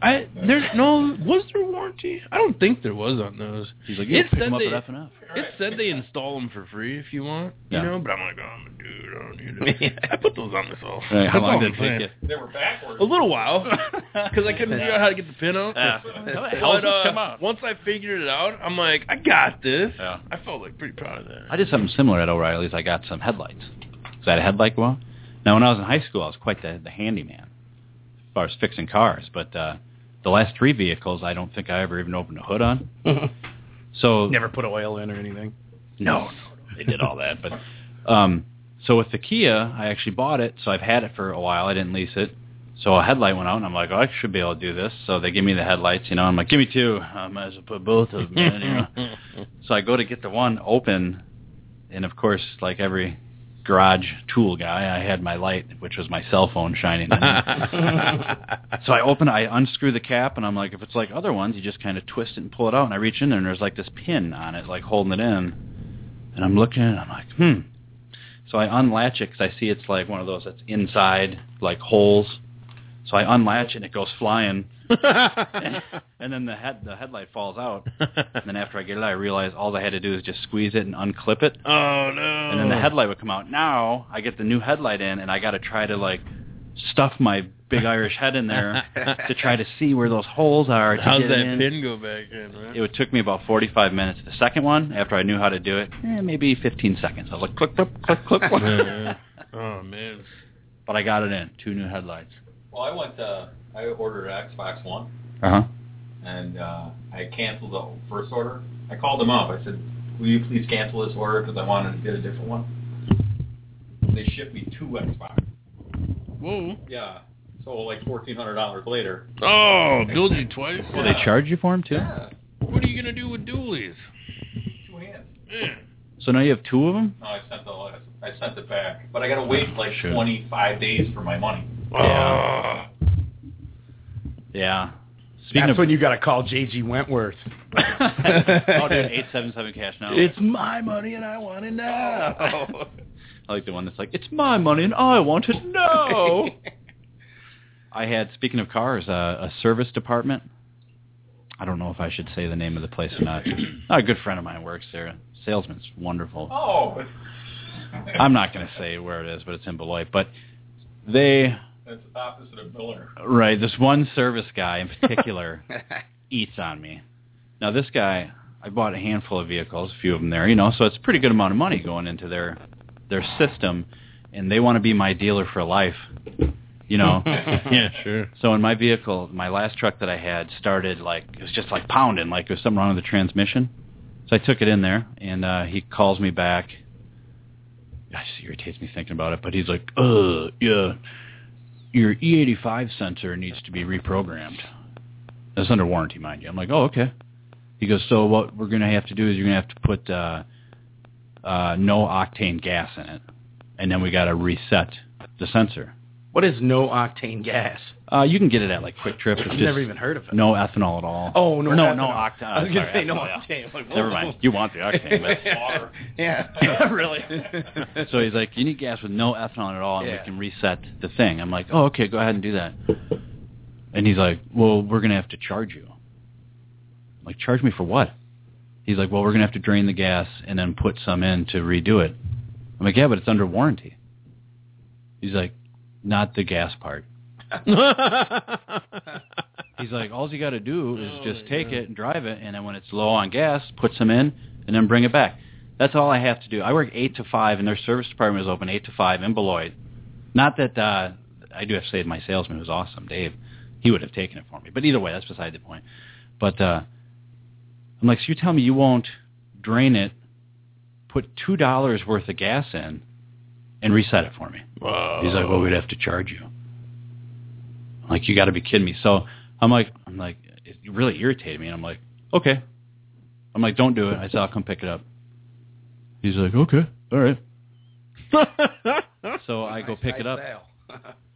Speaker 5: I there no was there warranty? I don't think there was on those.
Speaker 4: He's like, you
Speaker 5: It
Speaker 4: pick
Speaker 5: said
Speaker 4: them up
Speaker 5: they-
Speaker 4: at F and F.
Speaker 5: It said they install them for free if you want, you
Speaker 4: Yeah.
Speaker 5: know. But I'm like, oh, I'm a dude. I don't need it. I put those on myself.
Speaker 4: Right, how
Speaker 5: That's
Speaker 4: long
Speaker 5: all
Speaker 4: did
Speaker 5: I'm
Speaker 4: it take
Speaker 5: saying.
Speaker 14: They were backwards.
Speaker 5: A little while, because I couldn't figure out how to get the pin out.
Speaker 4: Yeah.
Speaker 14: How
Speaker 4: the hell
Speaker 5: But,
Speaker 4: does this
Speaker 5: uh,
Speaker 4: come out?
Speaker 5: Once I figured it out, I'm like, I got this.
Speaker 4: Yeah.
Speaker 5: I felt like pretty proud of that.
Speaker 4: I did something similar at O'Reilly's. I got some headlights. Is that a headlight go out? Now, when I was in high school, I was quite the, the handyman as far as fixing cars. But uh, the last three vehicles, I don't think I ever even opened a hood on. So
Speaker 13: Never put oil in or anything.
Speaker 4: no, no, no, they did all that. But um, so with the Kia, I actually bought it, so I've had it for a while. I didn't lease it. So a headlight went out, and I'm like, oh, I should be able to do this. So they give me the headlights, you know. I'm like, give me two. I might as well put both of them in, you know. So I go to get the one open, and of course, like every garage tool guy, I had my light, which was my cell phone shining. In it. so I open, I unscrew the cap, and I'm like, if it's like other ones, you just kind of twist it and pull it out. And I reach in there, and there's like this pin on it, like holding it in. And I'm looking, and I'm like, hmm. So I unlatch it because I see it's like one of those that's inside, like holes. So I unlatch it, and it goes flying. and then the head, the headlight falls out. And then after I get it, I realize all I had to do is just squeeze it and unclip it
Speaker 5: oh no!
Speaker 4: and then the headlight would come out. Now I get the new headlight in, and I got to try to like stuff my big Irish head in there to try to see where those holes are. To
Speaker 5: How's
Speaker 4: get
Speaker 5: that
Speaker 4: in.
Speaker 5: pin go back in? Right?
Speaker 4: It would took me about 45 minutes. The second one, after I knew how to do it, eh, maybe 15 seconds. I was like, click, click, click, click.
Speaker 5: Yeah. oh man!
Speaker 4: but I got it in. Two new headlights.
Speaker 14: Well, I went. Uh, I ordered an Xbox One,
Speaker 4: Uh huh.
Speaker 14: and uh, I canceled the first order. I called them up. I said, "Will you please cancel this order because I wanted to get a different one?" They shipped me two Xbox.
Speaker 5: Whoa!
Speaker 14: Yeah. So like fourteen hundred dollars later.
Speaker 5: Oh, billed you twice.
Speaker 4: Will they charge you for them too?
Speaker 14: Yeah.
Speaker 5: What are you gonna do with dualies?
Speaker 14: Two hands.
Speaker 5: Yeah.
Speaker 4: So now you have two of Oh, them.
Speaker 14: No, I sent the I sent it back, but I gotta wait like
Speaker 4: Sure.
Speaker 14: 25 days for my money.
Speaker 4: Yeah.
Speaker 5: Oh.
Speaker 4: Yeah.
Speaker 13: That's
Speaker 4: of
Speaker 13: when you got to call J.G. Wentworth.
Speaker 4: oh, dude, 877 cash now.
Speaker 13: It's my money and I want it
Speaker 5: Oh.
Speaker 13: now.
Speaker 4: I like the one that's like, it's my money and I want it now. I had, speaking of cars, uh, a service department. I don't know if I should say the name of the place or not. a good friend of mine works there. Salesman's wonderful.
Speaker 14: Oh.
Speaker 4: I'm not going to say where it is, but it's in Beloit. But they,
Speaker 14: That's opposite of Miller.
Speaker 4: right, this one service guy in particular eats on me. Now this guy, I bought a handful of vehicles, a few of them there, you know, so it's a pretty good amount of money going into their their system, and they want to be my dealer for life, you know.
Speaker 5: yeah, sure.
Speaker 4: so in my vehicle, my last truck that I had started like it was just like pounding, like there was something wrong with the transmission. So I took it in there, and uh, he calls me back. Gosh, it irritates me thinking about it, but he's like, "Uh, yeah, your E85 sensor needs to be reprogrammed." That's under warranty, mind you. I'm like, "Oh, okay." He goes, "So what we're going to have to do is you're going to have to put uh, uh, no octane gas in it, and then we got to reset the sensor."
Speaker 13: What is no octane gas?
Speaker 4: Uh, you can get it at like Quick Trip. It's
Speaker 13: I've
Speaker 4: just
Speaker 13: never even heard of it.
Speaker 4: No ethanol at all.
Speaker 13: Oh no,
Speaker 4: Or no,
Speaker 13: ethanol.
Speaker 4: no octane.
Speaker 13: I was gonna
Speaker 4: Sorry,
Speaker 13: say no
Speaker 4: ethanol, yeah.
Speaker 13: octane. Like,
Speaker 4: Never
Speaker 13: whoa.
Speaker 4: mind. You want the octane, but it's water.
Speaker 13: yeah, really.
Speaker 4: So he's like, you need gas with no ethanol at all, and
Speaker 13: Yeah.
Speaker 4: we can reset the thing. I'm like, oh, okay, go ahead and do that. And he's like, well, we're going to have to charge you. I'm like, charge me for what? He's like, well, we're going to have to drain the gas and then put some in to redo it. I'm like, yeah, but it's under warranty. He's like, not the gas part. He's like, all you got to do is just take it and drive it, and then when it's low on gas, put some in, and then bring it back. That's all I have to do. I work eight to five, and their service department is open eight to five in Beloit. Not that uh, I do have to say my salesman was awesome, Dave. He would have taken it for me, but either way, that's beside the point. But uh, I'm like, so you tell me you won't drain it, put two dollars worth of gas in, and reset it for me. He's like, well, we'd have to charge you. I'm like, you got to be kidding me. So I'm like, I'm like, it really irritated me, and I'm like, okay. I'm like, don't do it. I said, I'll come pick it up. He's like, okay, all right. so I go pick it up.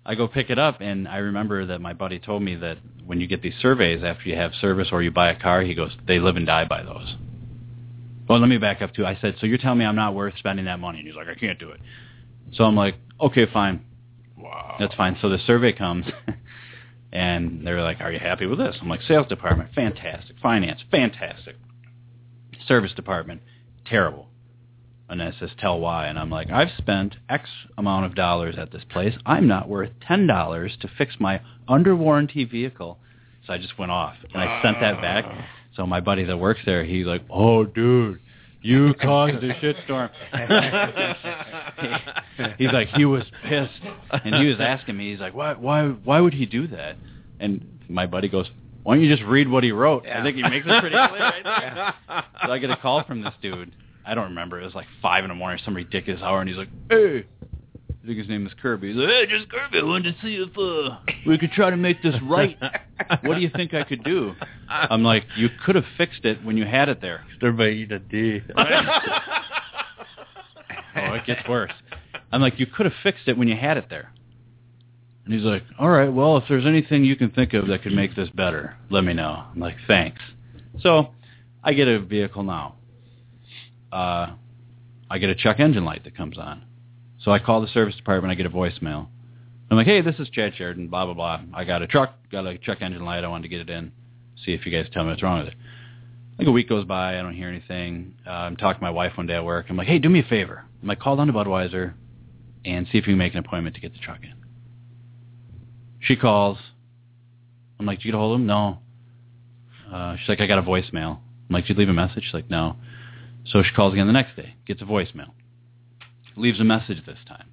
Speaker 4: I go pick it up, and I remember that my buddy told me that when you get these surveys after you have service or you buy a car, he goes, they live and die by those. Well, let me back up too. I said, so you're telling me I'm not worth spending that money? And he's like, I can't do it. So I'm like, okay, fine. Wow. That's fine. So the survey comes, and they're like, are you happy with this? I'm like, sales department, fantastic. Finance, fantastic. Service department, terrible. And it says, tell why. And I'm like, I've spent X amount of dollars at this place. I'm not worth $10 to fix my under warranty vehicle. So I just went off, and I sent that back. So my buddy that works there, he's like, oh, dude, you caused a shitstorm. he's like he was pissed and he was asking me he's like why why why would he do that and my buddy goes why don't you just read what he wrote i think he makes it pretty clear right there. so i get a call from this dude i don't remember it was like five in the morning some ridiculous hour and he's like hey i think his name is kirby he's like hey just kirby i wanted to see if uh we could try to make this right what do you think i could do i'm like you could have fixed it when you had it there everybody eat a d oh, it gets worse. I'm like, you could have fixed it when you had it there. And he's like, all right, well, if there's anything you can think of that could make this better, let me know. I'm like, thanks. So I get a vehicle now. Uh, I get a check engine light that comes on. So I call the service department. I get a voicemail. I'm like, hey, this is Chad Sheridan, blah, blah, blah. I got a truck, got a check engine light. I wanted to get it in, see if you guys tell me what's wrong with it. Like a week goes by, I don't hear anything. Uh, I'm talking to my wife one day at work. I'm like, hey, do me a favor. I'm like, call down to Budweiser and see if you can make an appointment to get the truck in. She calls. I'm like, did you get a hold of him? No. Uh, she's like, I got a voicemail. I'm like, did you leave a message? She's like, no. So she calls again the next day, gets a voicemail, leaves a message this time.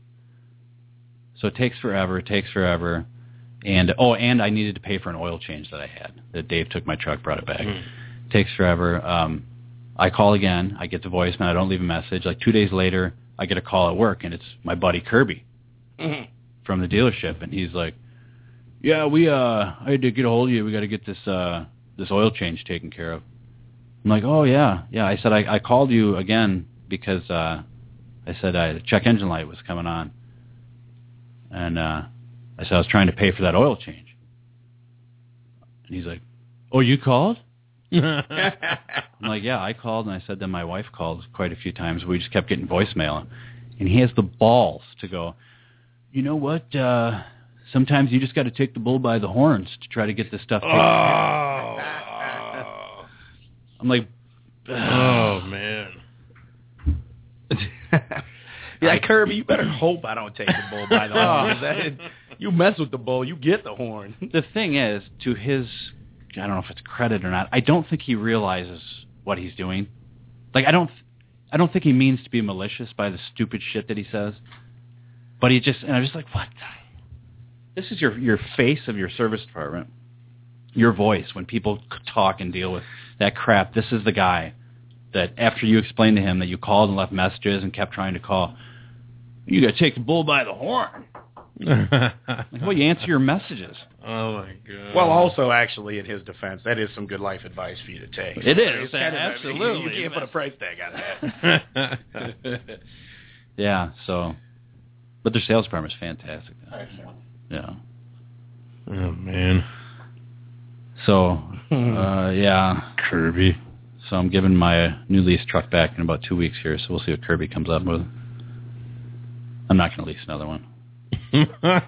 Speaker 4: So it takes forever, it takes forever. And, oh, and I needed to pay for an oil change that I had that Dave took my truck, brought it back takes forever. Um, I call again. I get the voicemail. I don't leave a message. Like two days later, I get a call at work, and it's my buddy Kirby from the dealership, and he's like, "Yeah, we uh, I had to get a hold of you. We got to get this uh, this oil change taken care of." I'm like, "Oh yeah, yeah." I said I, I called you again because uh, I said I, the check engine light was coming on, and uh, I said I was trying to pay for that oil change, and he's like, "Oh, you called?" I'm like, yeah, I called and I said that my wife called quite a few times. We just kept getting voicemail. And he has the balls to go, you know what? Uh, sometimes you just got to take the bull by the horns to try to get this stuff. Taken.
Speaker 5: Ah. Oh.
Speaker 4: I'm like,
Speaker 5: oh man.
Speaker 13: yeah, Kirby, you better hope I don't take the bull by the horns.
Speaker 4: Oh.
Speaker 13: That- you mess with the bull, you get the horn.
Speaker 4: the thing is, to his, I don't know if it's credit or not. I don't think he realizes what he's doing. Like, I don't, I don't think he means to be malicious by the stupid shit that he says. But he just, and I'm just like, what? The, this is your your face of your service department, your voice when people c- talk and deal with that crap. This is the guy that after you explained to him that you called and left messages and kept trying to call, you got to take the bull by the horn. Like, well, you answer your messages.
Speaker 5: Oh my god.
Speaker 13: Well, also, actually, in his defense, that is some good life advice for you to take.
Speaker 4: It is,
Speaker 13: It's kind of-
Speaker 4: absolutely.
Speaker 13: You can't put a price tag on that.
Speaker 4: yeah. So, but their sales department is fantastic. Yeah.
Speaker 5: Oh man.
Speaker 4: So,
Speaker 5: Hmm.
Speaker 4: uh, yeah.
Speaker 5: Kirby.
Speaker 4: So I'm giving my new lease truck back in about two weeks here. So we'll see what Kirby comes up with. I'm not going to lease another one.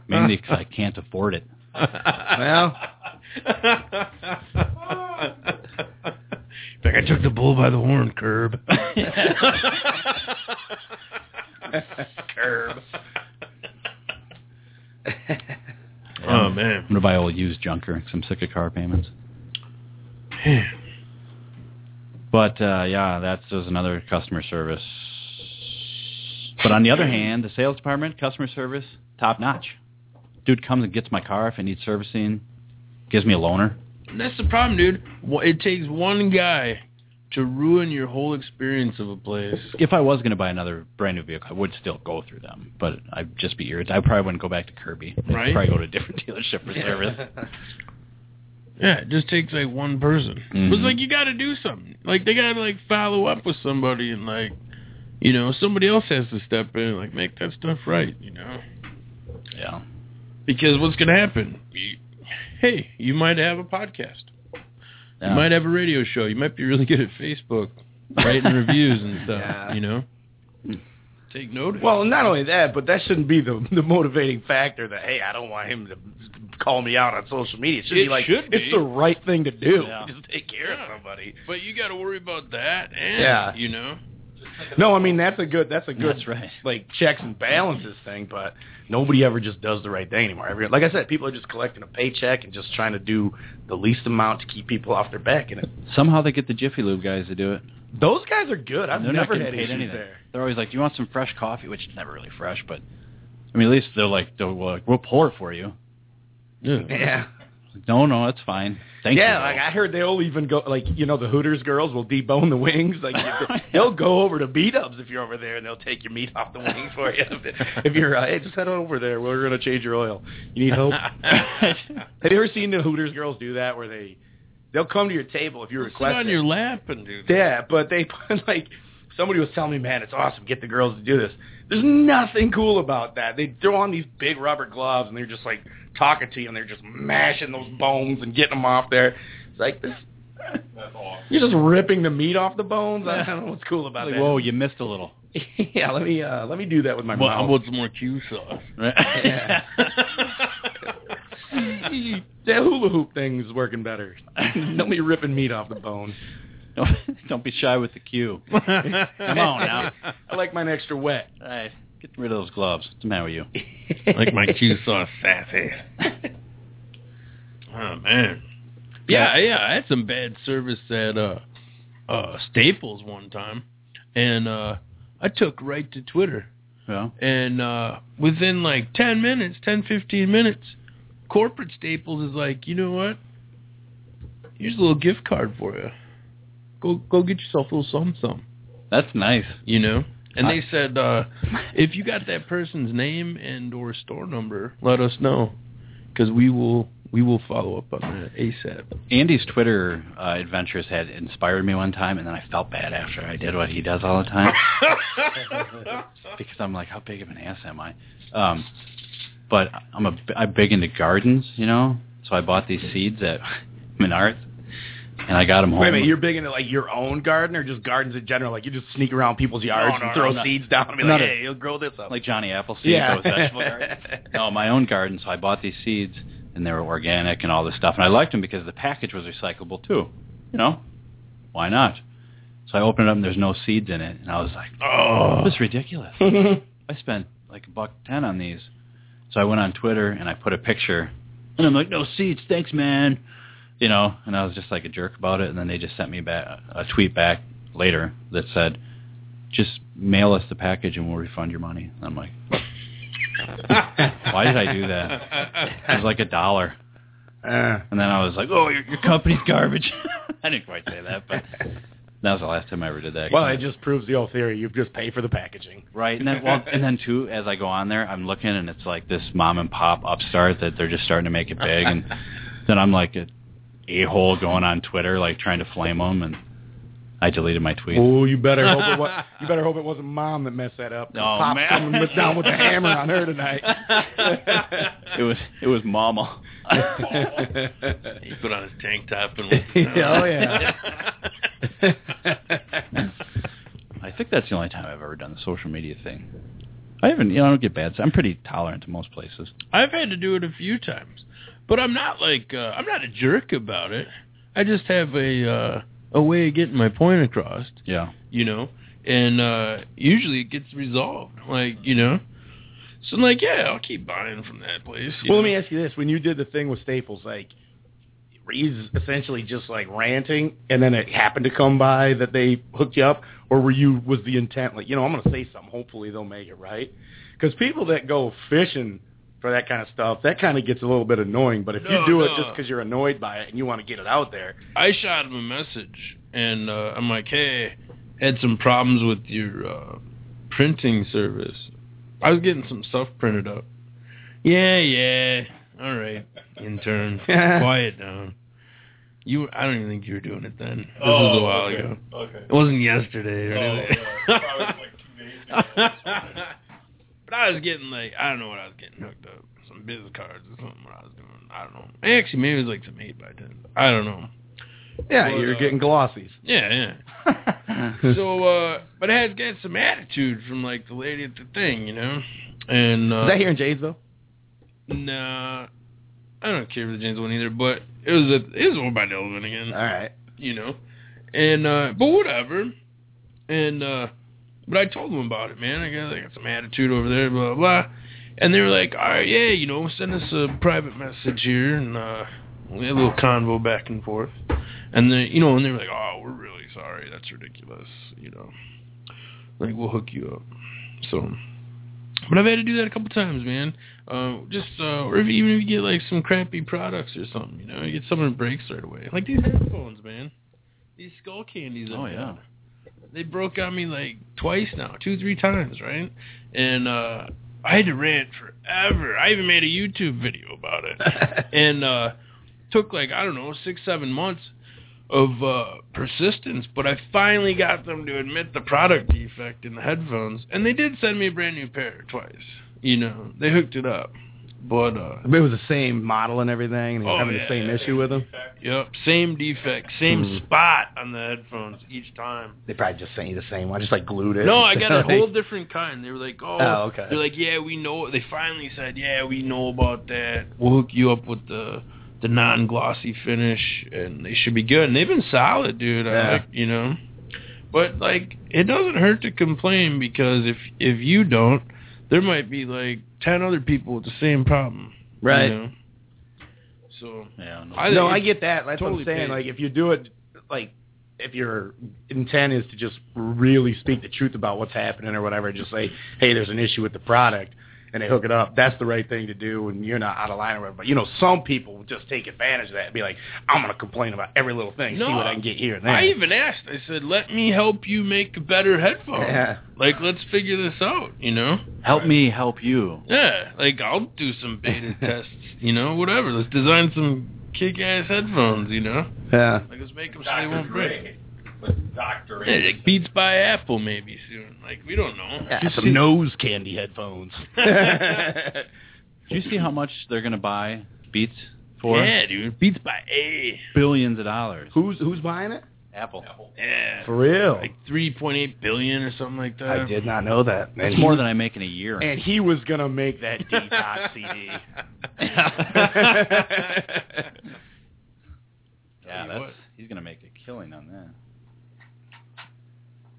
Speaker 4: Mainly because I can't afford it.
Speaker 13: well,
Speaker 5: Like I took the bull by the horn, Curb.
Speaker 13: Curb.
Speaker 5: Oh,
Speaker 4: Um,
Speaker 5: man.
Speaker 4: I'm going to buy old used junker 'cause I'm sick of car payments. But uh, yeah, that's just another customer service. But on the other hand, the sales department, customer service, top notch. Dude comes and gets my car if it needs servicing, gives me a loaner.
Speaker 5: That's the problem, dude. Wha- It takes one guy to ruin your whole experience of a place.
Speaker 4: If I was going to buy another brand new vehicle, I would still go through them, but I'd just be irritated. I probably wouldn't go back to Kirby. I'd
Speaker 5: Right.
Speaker 4: probably go to a different dealership for service.
Speaker 5: Yeah, it just takes like one person. But
Speaker 4: Mhm.
Speaker 5: it's like you got to do something. Like they got to like follow up with somebody and like, you know, somebody else has to step in and like make that stuff right. You know,
Speaker 4: Yeah.
Speaker 5: because what's gonna happen? You, hey, you might have a podcast.
Speaker 4: Yeah.
Speaker 5: You might have a radio show. You might be really good at Facebook, writing reviews and stuff.
Speaker 13: Yeah.
Speaker 5: You know, take notice.
Speaker 13: Well, not only that, but that shouldn't be the the motivating factor that hey, I don't want him to call me out on social media. It should
Speaker 5: It
Speaker 13: be like
Speaker 5: should be.
Speaker 13: it's the right thing to do.
Speaker 4: Yeah.
Speaker 13: Just take care of somebody.
Speaker 5: But you got to worry about that, and
Speaker 13: Yeah.
Speaker 5: you know,
Speaker 13: No, I mean that's a good that's a good
Speaker 4: That's right.
Speaker 13: like checks and balances thing, but nobody ever just does the right thing anymore. Every, like I said, people are just collecting a paycheck and just trying to do the least amount to keep people off their back. And it,
Speaker 4: Somehow they get the Jiffy Lube guys to do it.
Speaker 13: those guys are good. I've
Speaker 4: They're not
Speaker 13: never
Speaker 4: getting
Speaker 13: had
Speaker 4: paid
Speaker 13: issues
Speaker 4: anything.
Speaker 13: there.
Speaker 4: They're always like, "Do you want some fresh coffee?" Which is never really fresh, but I mean, at least they're like, they're like "We'll pour it for you."
Speaker 13: Yeah.
Speaker 4: Like, no, no, that's fine. Thank
Speaker 13: yeah,
Speaker 4: you.
Speaker 13: like I heard they'll even go like you know the Hooters girls will debone the wings. Like you- they'll go over to B Dubs if you're over there, and they'll take your meat off the wings for you. if you're uh, hey, just head over there, we're gonna change your oil. You need help. Have you ever seen the Hooters girls do that where they they'll come to your table if you
Speaker 5: sit
Speaker 13: request
Speaker 5: on
Speaker 13: it?
Speaker 5: your lap and do that.
Speaker 13: Yeah, but they put like somebody was telling me, man, it's awesome. Get the girls to do this. There's nothing cool about that. They throw on these big rubber gloves and they're just like talking to you and they're just mashing those bones and getting them off there. It's like this.
Speaker 14: That's awesome.
Speaker 13: You're just ripping the meat off the bones. I don't know what's cool about
Speaker 4: Like,
Speaker 13: that.
Speaker 4: whoa, you missed a little.
Speaker 13: yeah, let me uh, let me do that with my
Speaker 5: Well, I
Speaker 13: mouth.
Speaker 5: want some more Q sauce.
Speaker 13: Yeah. that hula hoop thing's working better. Don't be ripping meat off the bone.
Speaker 4: don't, don't be shy with the cue. Come on now.
Speaker 13: I like mine extra wet.
Speaker 4: All right, get rid of those gloves. What's the matter with you?
Speaker 5: like my Q sauce sassy. Oh man. Yeah, yeah, I had some bad service at uh uh Staples one time and uh I took right to Twitter
Speaker 4: Well,
Speaker 5: and uh within like 10 minutes, 10 15 minutes, corporate Staples is like, "You know what? Here's a little gift card for you. Go go get yourself a little something, something."
Speaker 4: that's nice.
Speaker 5: you know and
Speaker 4: I-
Speaker 5: they said uh if you got that person's name and or store number let us know because we will we will follow up on that asap
Speaker 4: Andy's Twitter uh, adventures had inspired me one time, and then I felt bad after I did what he does all the time. because I'm like, how big of an ass am I? Um, but I'm a I'm big into gardens, you know. So I bought these seeds at Menards, and I got them home.
Speaker 13: Wait a minute, you're big into like your own garden or just gardens in general? Like you just sneak around people's
Speaker 4: no,
Speaker 13: yards and
Speaker 4: no,
Speaker 13: throw
Speaker 4: I'm not-
Speaker 13: seeds down and be
Speaker 4: I'm
Speaker 13: like,
Speaker 4: not a-
Speaker 13: hey, you'll grow this up.
Speaker 4: like Johnny Appleseed.
Speaker 13: Yeah.
Speaker 4: those vegetable gardens. no, my own garden. So I bought these seeds, and they were organic and all this stuff, and I liked them because the package was recyclable too. You know, why not? So I opened it up, and there's no seeds in it, and I was like,
Speaker 5: oh
Speaker 4: this is ridiculous. I spent like a buck ten on these. So I went on Twitter and I put a picture, and I'm like, no seeds, thanks, man. You know, and I was just like a jerk about it. And then they just sent me back a tweet back later that said, just mail us the package and we'll refund your money. And I'm like, why did I do that? It was like a dollar.
Speaker 13: Uh,
Speaker 4: And then I was like, oh, your, your company's garbage. I didn't quite say that, but That was the last time I ever did that.
Speaker 13: Well, it just proves the old theory. You just pay for the packaging.
Speaker 4: Right, and then well, and then too, as I go on there, I'm looking, and it's like this mom and pop upstart that they're just starting to make it big, and then I'm like a a hole going on Twitter, like trying to flame them, and I deleted my tweet.
Speaker 13: Oh, you better hope it was, you better hope it wasn't mom that messed that up.
Speaker 4: Oh,
Speaker 13: Pop's
Speaker 4: man.
Speaker 13: coming down with the hammer on her tonight.
Speaker 4: It was it was Mama.
Speaker 5: he put on his tank top and. went-
Speaker 13: oh yeah.
Speaker 4: I think that's the only time I've ever done the social media thing. I haven't, you know, I don't get bad. So I'm pretty tolerant to most places.
Speaker 5: I've had to do it a few times, but I'm not like uh, I'm not a jerk about it. I just have a uh, a way of getting my point across,
Speaker 4: Yeah.
Speaker 5: you know, and uh, usually it gets resolved. Like you know, so I'm like, yeah, I'll keep buying from that place. you
Speaker 13: Well,
Speaker 5: know?
Speaker 13: let me ask you this: When you did the thing with Staples, like Reed's essentially just like ranting, and then it happened to come by that they hooked you up, or were you was the intent like, you know, I'm going to say something. Hopefully, they'll make it right. Because people that go fishing for that kind of stuff, that kind of gets a little bit annoying. But if
Speaker 5: No,
Speaker 13: you do it
Speaker 5: no.
Speaker 13: just because you're annoyed by it and you want to get it out there,
Speaker 5: I shot him a message, and uh, I'm like, "Hey, had some problems with your uh, printing service. I was getting some stuff printed up." Yeah, yeah. All right, intern, quiet down. You, I don't even think you were doing it then. This was a
Speaker 14: Oh,
Speaker 5: while
Speaker 14: okay,
Speaker 5: ago.
Speaker 14: okay.
Speaker 5: It wasn't yesterday or
Speaker 14: Oh,
Speaker 5: anything.
Speaker 14: yeah. I was like two days ago.
Speaker 5: but I was getting like I don't know what I was getting hooked up. Some biz cards or something. What I was doing. I don't know. Actually, maybe it was like some eight by ten. I don't know.
Speaker 13: yeah,
Speaker 5: But,
Speaker 13: you're
Speaker 5: uh,
Speaker 13: getting glossies.
Speaker 5: Yeah, yeah so, uh, but I had got some attitude from like the lady at the thing, you know. And uh,
Speaker 13: Is that here in Janesville?
Speaker 5: Nah, I don't care for the James one either. But it was a it was owned by Delvin again.
Speaker 13: All right.
Speaker 5: You know, and uh, but whatever. And uh, but I told them about it, man. I got I got some attitude over there, blah blah. And they were like, all right, yeah, you know, send us a private message here, and uh, we had a little convo back and forth. And then you know, and they were like, oh, we're really sorry, that's ridiculous, you know. Like we'll hook you up. So, but I've had to do that a couple times, man. Uh, just uh, or if, even if you get like some crappy products or something, you know, you get something that breaks right away. Like these headphones, man. These skull candies.
Speaker 4: Oh yeah.
Speaker 5: They broke on me like twice now, two, three times, right? And uh, I had to rant forever. I even made a YouTube video about it, and uh, took like I don't know six, seven months of uh, persistence. But I finally got them to admit the product defect in the headphones, and they did send me a brand new pair twice. You know, they hooked it up, but uh,
Speaker 13: It was the same model and everything, and you're
Speaker 5: Oh,
Speaker 13: having
Speaker 5: yeah,
Speaker 13: the same
Speaker 5: yeah.
Speaker 13: issue with them.
Speaker 5: Yep, same defect, same
Speaker 13: Hmm.
Speaker 5: spot on the headphones each time.
Speaker 13: They probably just sent you the same one, just like glued it.
Speaker 5: No, I got a
Speaker 13: Like-
Speaker 5: whole different kind. They were like, oh,
Speaker 13: Oh, okay.
Speaker 5: they're like, yeah, we know. They finally said, yeah, we know about that. We'll hook you up with the the non glossy finish, and they should be good. And they've been solid, dude.
Speaker 13: Yeah.
Speaker 5: I like, you know, but like, it doesn't hurt to complain because if if you don't, there might be like ten other people with the same problem. you
Speaker 13: Right.
Speaker 5: know? So
Speaker 4: Yeah. No.
Speaker 5: I
Speaker 13: no,
Speaker 5: think
Speaker 13: I
Speaker 5: it's
Speaker 13: get that. That's
Speaker 5: totally
Speaker 13: what I'm saying.
Speaker 5: paid.
Speaker 13: Like, if you do it, like, if your intent is to just really speak the truth about what's happening or whatever, just say, hey, there's an issue with the product, and they hook it up. That's the right thing to do, and you're not out of line or whatever. But you know, some people will just take advantage of that and be like, I'm gonna complain about every little thing, see
Speaker 5: No,
Speaker 13: what I can get here and there.
Speaker 5: I even asked. I said, "Let me help you make a better headphone.
Speaker 13: Yeah.
Speaker 5: Like, let's figure this out. You know."
Speaker 4: Help me help you.
Speaker 5: Yeah, like I'll do some beta tests, you know, whatever. Let's design some kick-ass headphones, you know.
Speaker 13: Yeah.
Speaker 5: Like let's make them so they won't break.
Speaker 14: But Dr.
Speaker 5: Yeah, like Beats by Apple maybe soon. Like we don't know.
Speaker 13: Yeah, some nose candy headphones.
Speaker 4: Do you see how much they're gonna buy Beats for?
Speaker 5: Yeah, dude. Beats by A.
Speaker 4: Billions of dollars.
Speaker 13: who's who's buying it?
Speaker 4: Apple.
Speaker 5: Yeah.
Speaker 13: For real?
Speaker 5: Like 3.8 billion or something like that.
Speaker 13: I did not know that. And
Speaker 4: That's
Speaker 13: he-
Speaker 4: more than I make in a year.
Speaker 13: And he was gonna make that detox CD.
Speaker 4: yeah,
Speaker 5: you
Speaker 4: that's
Speaker 5: what.
Speaker 4: he's gonna make a killing on that.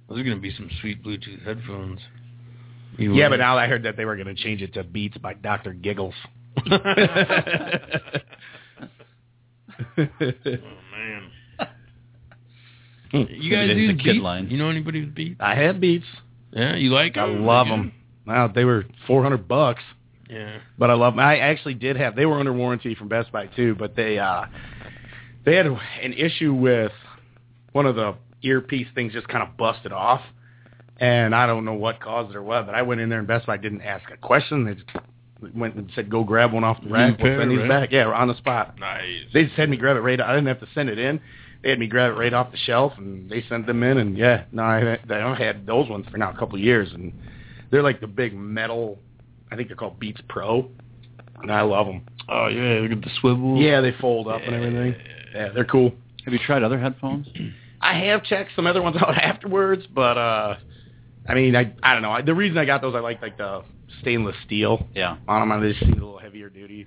Speaker 5: Those are gonna be some sweet Bluetooth headphones.
Speaker 13: yeah, but now I heard that they were gonna change it to Beats by Doctor Giggles.
Speaker 5: oh man. You guys
Speaker 4: It's
Speaker 5: use
Speaker 4: a kid
Speaker 5: Beats?
Speaker 4: line.
Speaker 5: You know anybody with Beats?
Speaker 13: I have Beats.
Speaker 5: Yeah, you like
Speaker 13: I
Speaker 5: 'em?
Speaker 13: love
Speaker 5: They
Speaker 13: them. Wow, they were four hundred bucks,
Speaker 5: good? Yeah.
Speaker 13: but I love 'em. I actually did have. They were under warranty from Best Buy too, but they uh, they had an issue with one of the earpiece things just kind of busted off. And I don't know what caused it or what, but I went in there and Best Buy didn't ask a question. They just went and said, "Go grab one off the rack.
Speaker 5: Repair,
Speaker 13: we'll send these
Speaker 5: right?
Speaker 13: back." Yeah, on the spot.
Speaker 5: Nice.
Speaker 13: They just had me grab it right. I didn't have to send it in. They had me grab it right off the shelf, and they sent them in. And yeah, no, I, I had those ones for now a couple of years, and they're like the big metal. I think they're called Beats Pro, and I love them.
Speaker 5: Oh yeah, look at the swivel.
Speaker 13: Yeah, they fold up and everything. Yeah, they're cool.
Speaker 4: Have you tried other headphones?
Speaker 13: I have checked some other ones out afterwards, but uh, I mean, I I don't know. I, the reason I got those, I like like the stainless steel.
Speaker 4: Yeah.
Speaker 13: On them, I just need a little heavier duty.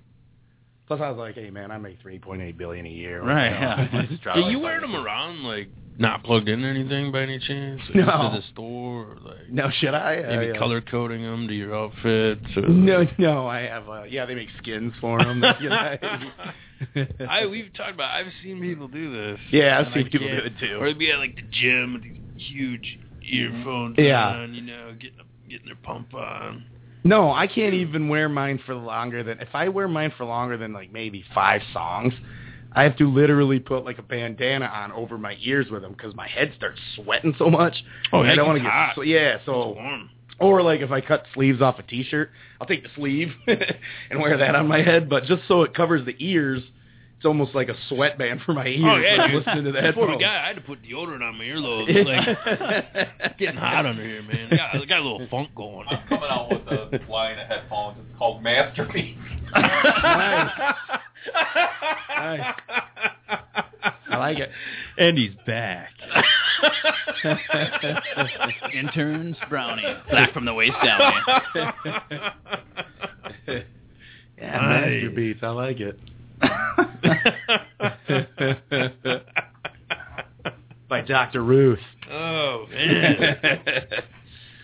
Speaker 13: Plus, I was like, hey man, I make three point eight billion a year.
Speaker 4: Right, yeah.
Speaker 13: You
Speaker 5: Are you wearing them around like not plugged in anything by any chance? Or
Speaker 13: No.
Speaker 5: To the store, or, like
Speaker 13: No, should I?
Speaker 5: maybe
Speaker 13: I, uh,
Speaker 5: color coding them to your outfits. Or,
Speaker 13: No, no, I have. Uh, yeah, they make skins for them.
Speaker 5: I we've talked about. I've seen people do this.
Speaker 13: Yeah, I've
Speaker 5: and
Speaker 13: seen
Speaker 5: I
Speaker 13: people
Speaker 5: can't-
Speaker 13: do it, too.
Speaker 5: Or they'd be at like the gym with these huge earphones.
Speaker 13: Yeah.
Speaker 5: On, you know, getting getting their pump on.
Speaker 13: No, I can't even wear mine for longer than if I wear mine for longer than like maybe five songs, I have to literally put like a bandana on over my ears with them because my head starts sweating so much.
Speaker 5: Oh,
Speaker 13: I
Speaker 5: it
Speaker 13: don't
Speaker 5: gets
Speaker 13: want to get
Speaker 5: hot.
Speaker 13: so, yeah.
Speaker 5: Oh.
Speaker 13: So or like if I cut sleeves off a t-shirt, I'll take the sleeve and wear that on my head, but just so it covers the ears. It's almost like a sweatband for my ears.
Speaker 5: Oh yeah,
Speaker 13: like,
Speaker 5: dude.
Speaker 13: listening to the
Speaker 5: Before we
Speaker 13: headphones.
Speaker 5: got, it, I had to put deodorant on my earlobes. Like, it's getting hot under here, man. I got, I got a little funk going.
Speaker 14: I'm coming out with a line of headphones. It's called Masterpiece.
Speaker 13: nice. nice. I like it.
Speaker 4: And he's back.
Speaker 15: Interns, brownie, black from the waist down. eh? Man. Nice.
Speaker 13: Yeah, masterpiece. I like it. By Dr. Ruth.
Speaker 5: Oh man.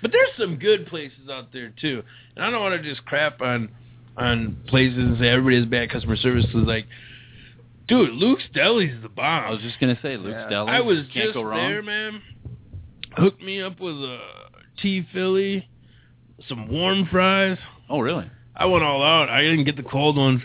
Speaker 5: but there's some good places out there too, and I don't want to just crap on on places and say everybody has bad customer service. 'cause, like, dude, Luke's Deli's the bomb.
Speaker 4: I was just gonna say Luke's Deli.
Speaker 5: I was
Speaker 4: can't
Speaker 5: just
Speaker 4: go wrong.
Speaker 5: there, man. Hooked me up with a T Philly, some warm fries.
Speaker 4: Oh really?
Speaker 5: I went all out. I didn't get the cold ones.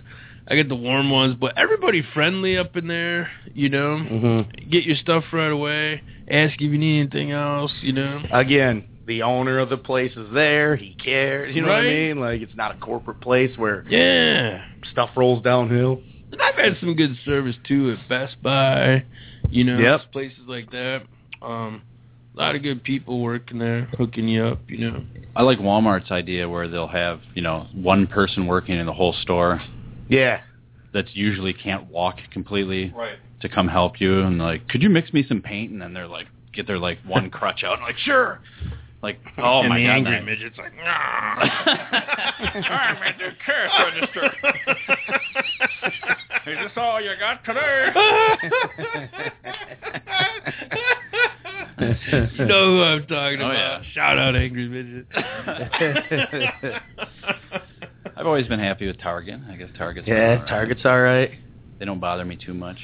Speaker 5: I get the warm ones, but everybody friendly up in there, you know.
Speaker 13: Mm-hmm.
Speaker 5: Get your stuff right away. Ask if you need anything else, you know.
Speaker 13: Again, the owner of the place is there. He cares. You know what I
Speaker 5: Right.
Speaker 13: mean? Like, it's not a corporate place where
Speaker 5: Yeah.
Speaker 13: stuff rolls downhill.
Speaker 5: And I've had some good service too at Best Buy, you know,
Speaker 13: Yep.
Speaker 5: places like that. Um, a lot of good people working there, hooking you up, you know.
Speaker 4: I like Walmart's idea where they'll have you know one person working in the whole store
Speaker 13: Yeah.
Speaker 4: that usually can't walk completely
Speaker 14: Right.
Speaker 4: to come help you and like, could you mix me some paint? And then they're like, get their like one crutch out and like, sure. Like, oh
Speaker 5: and
Speaker 4: my
Speaker 5: the
Speaker 4: god,
Speaker 5: angry
Speaker 4: that-
Speaker 5: midget's like, nah.
Speaker 15: I'm at the cash register. Is this all you got today?
Speaker 5: you know who I'm talking
Speaker 4: Oh,
Speaker 5: about.
Speaker 4: yeah.
Speaker 5: Shout out Angry Midget.
Speaker 4: I've always been happy with Target. I guess Target's been
Speaker 13: Yeah,
Speaker 4: alright.
Speaker 13: Target's all right.
Speaker 4: They don't bother me too much.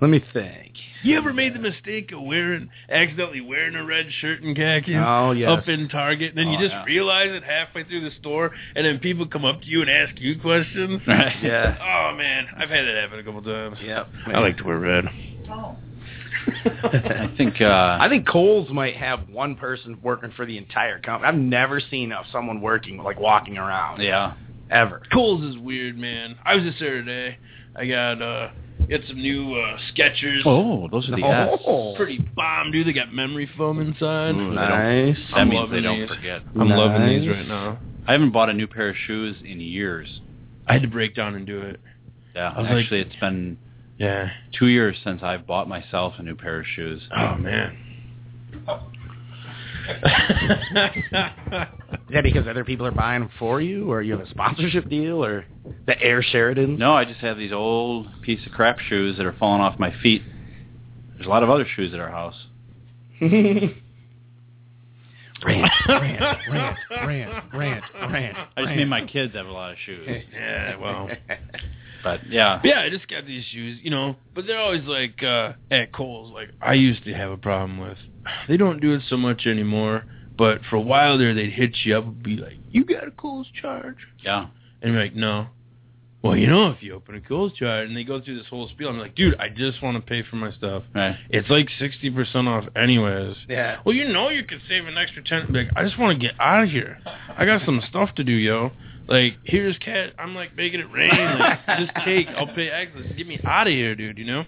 Speaker 13: Let me think.
Speaker 5: you ever made the mistake of wearing, accidentally wearing a red shirt and khakis?
Speaker 13: Oh, yes.
Speaker 5: Up in Target, and then
Speaker 4: Oh,
Speaker 5: you just
Speaker 4: yeah.
Speaker 5: realize it halfway through the store, and then people come up to you and ask you questions.
Speaker 4: Right.
Speaker 13: Yeah.
Speaker 5: Oh man, I've had it happen a couple times.
Speaker 13: Yep.
Speaker 5: I like to wear red.
Speaker 4: I think uh
Speaker 13: I think Kohl's might have one person working for the entire company. I've never seen uh, someone working, like, walking around.
Speaker 4: yeah.
Speaker 13: Ever.
Speaker 5: Kohl's is weird, man. I was just there today. I got uh got some new uh Skechers.
Speaker 4: Oh, those are the S.
Speaker 13: Oh.
Speaker 5: Pretty bomb, dude. They got memory foam inside.
Speaker 4: Ooh, they
Speaker 13: Nice.
Speaker 4: don't- That
Speaker 5: I'm
Speaker 4: means they
Speaker 5: loving
Speaker 4: don't
Speaker 5: these.
Speaker 4: forget.
Speaker 5: I'm loving these
Speaker 13: Nice.
Speaker 5: right now.
Speaker 4: I haven't bought a new pair of shoes in years.
Speaker 5: I had to break down and do it.
Speaker 4: Yeah.
Speaker 5: I was like-
Speaker 4: Actually, it's been
Speaker 5: Yeah.
Speaker 4: two years since I've bought myself a new pair of shoes.
Speaker 5: Oh man.
Speaker 13: Is that because other people are buying them for you, or you have a sponsorship deal, or the Air Sheridan?
Speaker 4: No, I just have these old piece of crap shoes that are falling off my feet. There's a lot of other shoes at our house.
Speaker 13: rant, rant, rant, rant, rant, rant.
Speaker 4: I just mean my kids have a lot of shoes.
Speaker 5: yeah. Well.
Speaker 4: But yeah.
Speaker 5: Yeah, I just got these shoes, you know, but they're always like uh at Kohl's. Like I used to have a problem with. They don't do it so much anymore, but for a while there, they'd hit you up and be like, "You got a Kohl's charge?"
Speaker 4: Yeah.
Speaker 5: And you're like, "No." well, you know, if you open a Kohl's chart and they go through this whole spiel, I'm like, dude, I just want to pay for my stuff.
Speaker 4: Right.
Speaker 5: It's like 60% off anyways.
Speaker 13: Yeah.
Speaker 5: Well, you know you could save an extra 10 Like, I just want to get out of here. I got some stuff to do, yo. Like, here's cat. I'm like making it rain. Like, this cake, I'll pay extra. Get me out of here, dude, you know?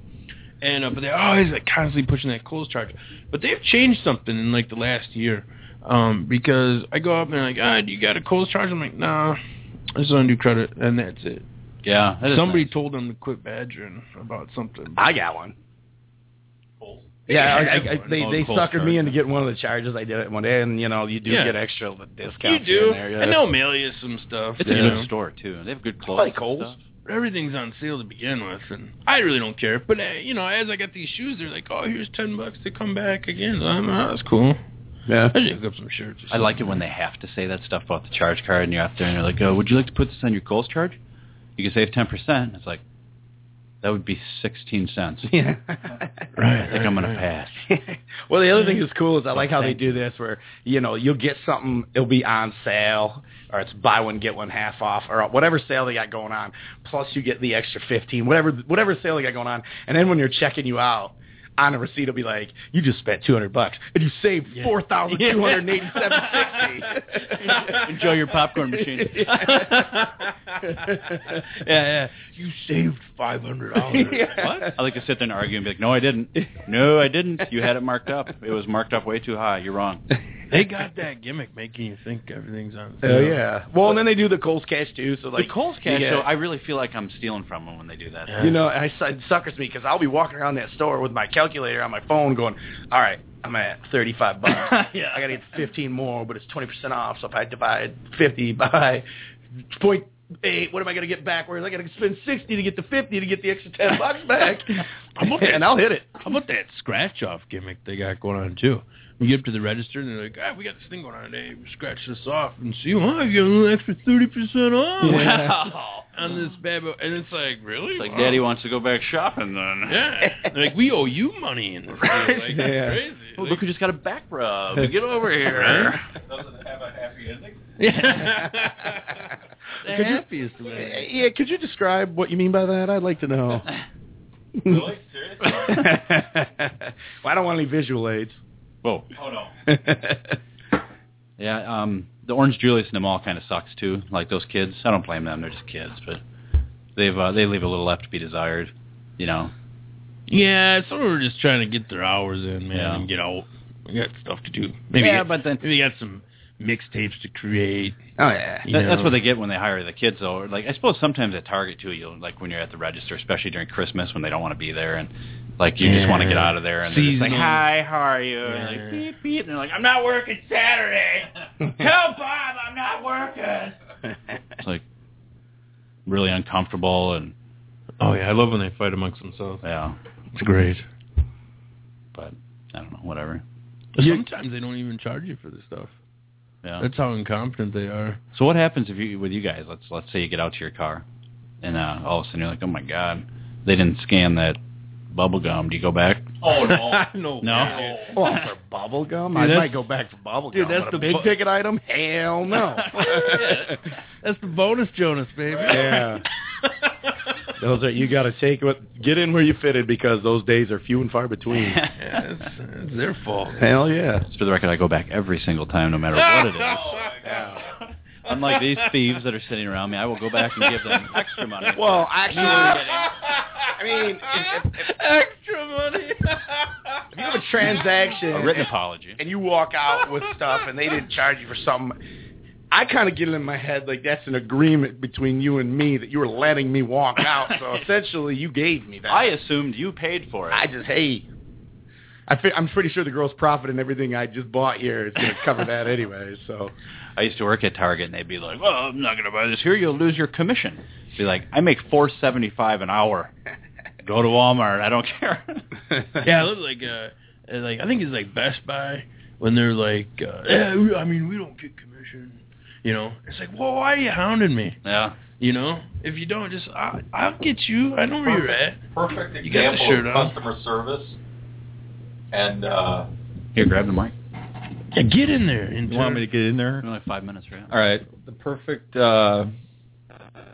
Speaker 5: And, uh, but they're always like constantly pushing that Kohl's chart. But they've changed something in like the last year. Um, because I go up and like, ah, do you got a Kohl's charge? I'm like, nah, I just want to do credit, and that's it.
Speaker 4: Yeah. that is
Speaker 5: Somebody
Speaker 4: nice.
Speaker 5: told them to quit badgering about something.
Speaker 13: I got one.
Speaker 5: Yeah,
Speaker 13: Yeah, I,
Speaker 5: I-
Speaker 13: I,
Speaker 5: I-
Speaker 13: they they suckered me into getting one of the charges. I did it one day, and you know you do
Speaker 5: Yeah.
Speaker 13: get extra discounts.
Speaker 5: You
Speaker 13: here
Speaker 5: do,
Speaker 13: and there, yeah.
Speaker 5: and they'll mail you some stuff.
Speaker 4: It's
Speaker 5: you
Speaker 4: a good
Speaker 5: know.
Speaker 4: store too. They have good clothes.
Speaker 5: Probably
Speaker 4: and
Speaker 5: Kohl's.
Speaker 4: stuff.
Speaker 5: Everything's on sale to begin with, and I really don't care. But uh, you know, as I got these shoes, they're like, "Oh, here's ten bucks to come back again." I'm like, "Oh, that's cool.
Speaker 13: Yeah.
Speaker 5: I just hook up some shirts. or
Speaker 4: I like it
Speaker 5: something.
Speaker 4: when they have to say that stuff about the charge card, and you're out there, and they're like, "Oh, would you like to put this on your Kohl's charge? You can save ten percent." It's like that would be sixteen cents.
Speaker 13: Yeah.
Speaker 4: Right. I think I'm gonna pass.
Speaker 13: well, the other thing that's cool is I like how they do this, where you know you'll get something, it'll be on sale, or it's buy one get one half off, or whatever sale they got going on. Plus, you get the extra fifteen, whatever whatever sale they got going on. And then when they're checking you out. On the receipt, it'll be like you just spent two hundred bucks and you saved
Speaker 4: Yeah.
Speaker 13: four thousand two hundred eighty-seven sixty.
Speaker 4: Enjoy your popcorn machine.
Speaker 13: yeah,
Speaker 5: yeah. You saved five hundred dollars.
Speaker 13: Yeah.
Speaker 5: What?
Speaker 4: I like to sit there and argue and be like, "No, I didn't. No, I didn't. You had it marked up. It was marked up way too high. You're wrong."
Speaker 5: They got that gimmick making you think everything's on sale.
Speaker 13: Oh yeah. Well, and then they do the Coles cash too. So like
Speaker 4: the Kohl's cash,
Speaker 13: yeah.
Speaker 4: though, I really feel like I'm stealing from them when they do that.
Speaker 13: You know, I, it suckers me because I'll be walking around that store with my calculator on my phone, going, "All right, I'm at 35 bucks.
Speaker 4: Yeah.
Speaker 13: I got to get 15 more, but it's 20 percent off. So if I divide 50 by point eight, what am I going to get backwards? I got to spend 60 to get the 50 to get the extra 10 bucks back,
Speaker 5: How about that-
Speaker 13: and I'll hit it.
Speaker 5: How about that scratch off gimmick they got going on too? You get up to the register and they're like, ah, we got this thing going on today. Scratch this off and see why you get an extra thirty percent off
Speaker 13: Oh,
Speaker 4: Wow.
Speaker 5: on this bad boy. And it's like, really?
Speaker 4: It's like
Speaker 5: Wow.
Speaker 4: Daddy wants to go back shopping then.
Speaker 5: Yeah. They're like we owe you money in this. deal. Like, that's
Speaker 13: Yeah.
Speaker 5: crazy.
Speaker 4: Oh, look who just got a back rub.
Speaker 13: Right?
Speaker 4: Get over here.
Speaker 14: Doesn't have a happy ending.
Speaker 5: The
Speaker 13: Could you-
Speaker 5: happiest way.
Speaker 13: Yeah, could you describe what you mean by that? I'd like to know.
Speaker 14: Really? Seriously?
Speaker 13: well, I don't want any visual aids.
Speaker 4: Whoa.
Speaker 14: Oh no.
Speaker 4: Yeah, um, the Orange Julius in the mall kind of sucks too. Like those kids, I don't blame them. They're just kids, but they've uh, they leave a little left to be desired. You know,
Speaker 5: Yeah, some of them are just trying to get their hours in, man,
Speaker 4: Yeah.
Speaker 5: and get out. We got stuff to do. Maybe
Speaker 4: Yeah,
Speaker 5: get-
Speaker 4: but then-
Speaker 5: maybe they got some mixtapes to create.
Speaker 13: Oh yeah.
Speaker 5: you
Speaker 4: That- that's
Speaker 5: know.
Speaker 4: what they get when they hire the kids. Though, like I suppose sometimes at Target too, you will like when you're at the register, especially during Christmas when they don't want to be there and like you just want to get
Speaker 5: Yeah.
Speaker 4: out of there and they're just like,
Speaker 5: Seasonal.
Speaker 4: "Hi, how are you?" And
Speaker 5: Yeah.
Speaker 4: you're like beep beep, and they're like, "I'm not working Saturday. Tell Bob I'm not working." It's like really uncomfortable and
Speaker 5: Oh yeah, I love when they fight amongst themselves.
Speaker 4: yeah,
Speaker 5: It's great.
Speaker 4: but I don't know, whatever.
Speaker 5: Sometimes they don't even charge you for this stuff.
Speaker 4: Yeah.
Speaker 5: That's how incompetent they are.
Speaker 4: So what happens if you with you guys? Let's let's say you get out to your car, and uh, all of a sudden you're like, oh my god, they didn't scan that bubble gum. Do you go back?
Speaker 14: Oh no.
Speaker 5: no.
Speaker 4: No.
Speaker 13: Well, for Oh, bubble gum,
Speaker 5: Dude,
Speaker 13: I
Speaker 5: that's-
Speaker 13: might go back for bubble
Speaker 5: Dude,
Speaker 13: gum.
Speaker 5: that's
Speaker 13: but
Speaker 5: the
Speaker 13: a big
Speaker 5: bu-
Speaker 13: ticket item. Hell no.
Speaker 5: That's the bonus, Jonas, baby.
Speaker 13: yeah, those are you got to take what get in where you fitted because those days are few and far between.
Speaker 5: Yeah, it's, it's their fault.
Speaker 13: Hell yeah.
Speaker 4: Just for the record, I go back every single time, no matter what it is. Unlike these thieves that are sitting around me, I will go back and give them extra money.
Speaker 13: Well, actually, I mean, if, if-
Speaker 5: Extra money.
Speaker 13: if you have a transaction
Speaker 4: a written apology.
Speaker 13: and you walk out with stuff and they didn't charge you for something, I kind of get it in my head like that's an agreement between you and me that you were letting me walk out. So essentially, you gave me that.
Speaker 4: I assumed you paid for it.
Speaker 13: I just hey, I fi- I'm pretty sure the gross profit and everything I just bought here is going to cover that anyway. So
Speaker 4: I used to work at Target, and they'd be like, "Well, I'm not going to buy this here. You'll lose your commission." Be like, "I make four seventy five an hour. Go to Walmart. I don't care."
Speaker 5: yeah, it looked like uh, like I think it's like Best Buy when they're like, uh, yeah, we- I mean, we don't get commission. You know, it's like, well, why are you hounding me?
Speaker 4: yeah.
Speaker 5: You know, if you don't, just I, I'll get you. I know where you're at.
Speaker 14: Perfect
Speaker 5: You got the
Speaker 14: example
Speaker 5: shirt
Speaker 14: of
Speaker 5: on.
Speaker 14: customer service. And uh,
Speaker 4: Here, grab the mic.
Speaker 5: Yeah, get in there.
Speaker 16: You want me to get in there?
Speaker 4: Only five minutes, right?
Speaker 16: All right. The perfect uh,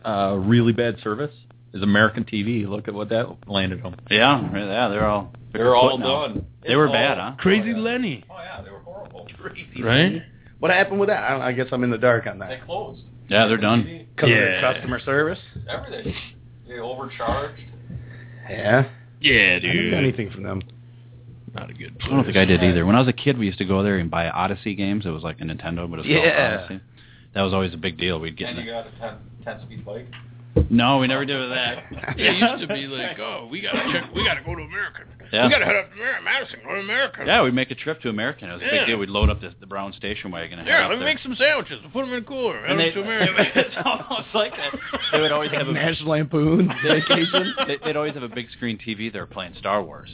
Speaker 16: uh, really bad service is American TV. Look at what that landed them.
Speaker 15: Yeah, yeah, they're all
Speaker 16: They're all
Speaker 15: foot now.
Speaker 16: done.
Speaker 15: They were bad, huh?
Speaker 5: Crazy Lenny.
Speaker 14: Oh yeah, they were horrible. Crazy.
Speaker 5: Right?
Speaker 13: What happened with that? I, don't, I guess I'm in the dark on that.
Speaker 14: They closed
Speaker 4: Yeah, they're done.
Speaker 13: Because of
Speaker 5: Yeah.
Speaker 13: their customer service.
Speaker 14: everything. They overcharged.
Speaker 13: Yeah.
Speaker 5: Yeah,
Speaker 13: I didn't
Speaker 5: dude.
Speaker 13: get anything from them.
Speaker 5: Not a good
Speaker 4: I
Speaker 5: place.
Speaker 4: don't think I did either. When I was a kid, we used to go there and buy Odyssey games. It was like a Nintendo, but it was
Speaker 13: Yeah.
Speaker 4: called Odyssey. That was always a big deal. We'd get.
Speaker 14: And you
Speaker 4: In
Speaker 14: got a 10, 10 speed bike.
Speaker 4: the, no, we never did that.
Speaker 5: It used to be like, oh, we gotta check, we gotta go to America.
Speaker 4: Yeah.
Speaker 5: We gotta head up to Mar- Madison, go to America.
Speaker 4: Yeah, we'd make a trip to America. and It was a
Speaker 5: Yeah.
Speaker 4: big deal. We'd load up the, the brown station wagon. And head
Speaker 5: Yeah,
Speaker 4: up
Speaker 5: let me
Speaker 4: there.
Speaker 5: make some sandwiches. We'll put them in the cooler. Head
Speaker 4: And
Speaker 5: up
Speaker 4: they-
Speaker 5: to America.
Speaker 4: it's almost like that. They would always have a
Speaker 13: National Lampoon vacation.
Speaker 4: they, they'd always have a big screen TV there playing Star Wars.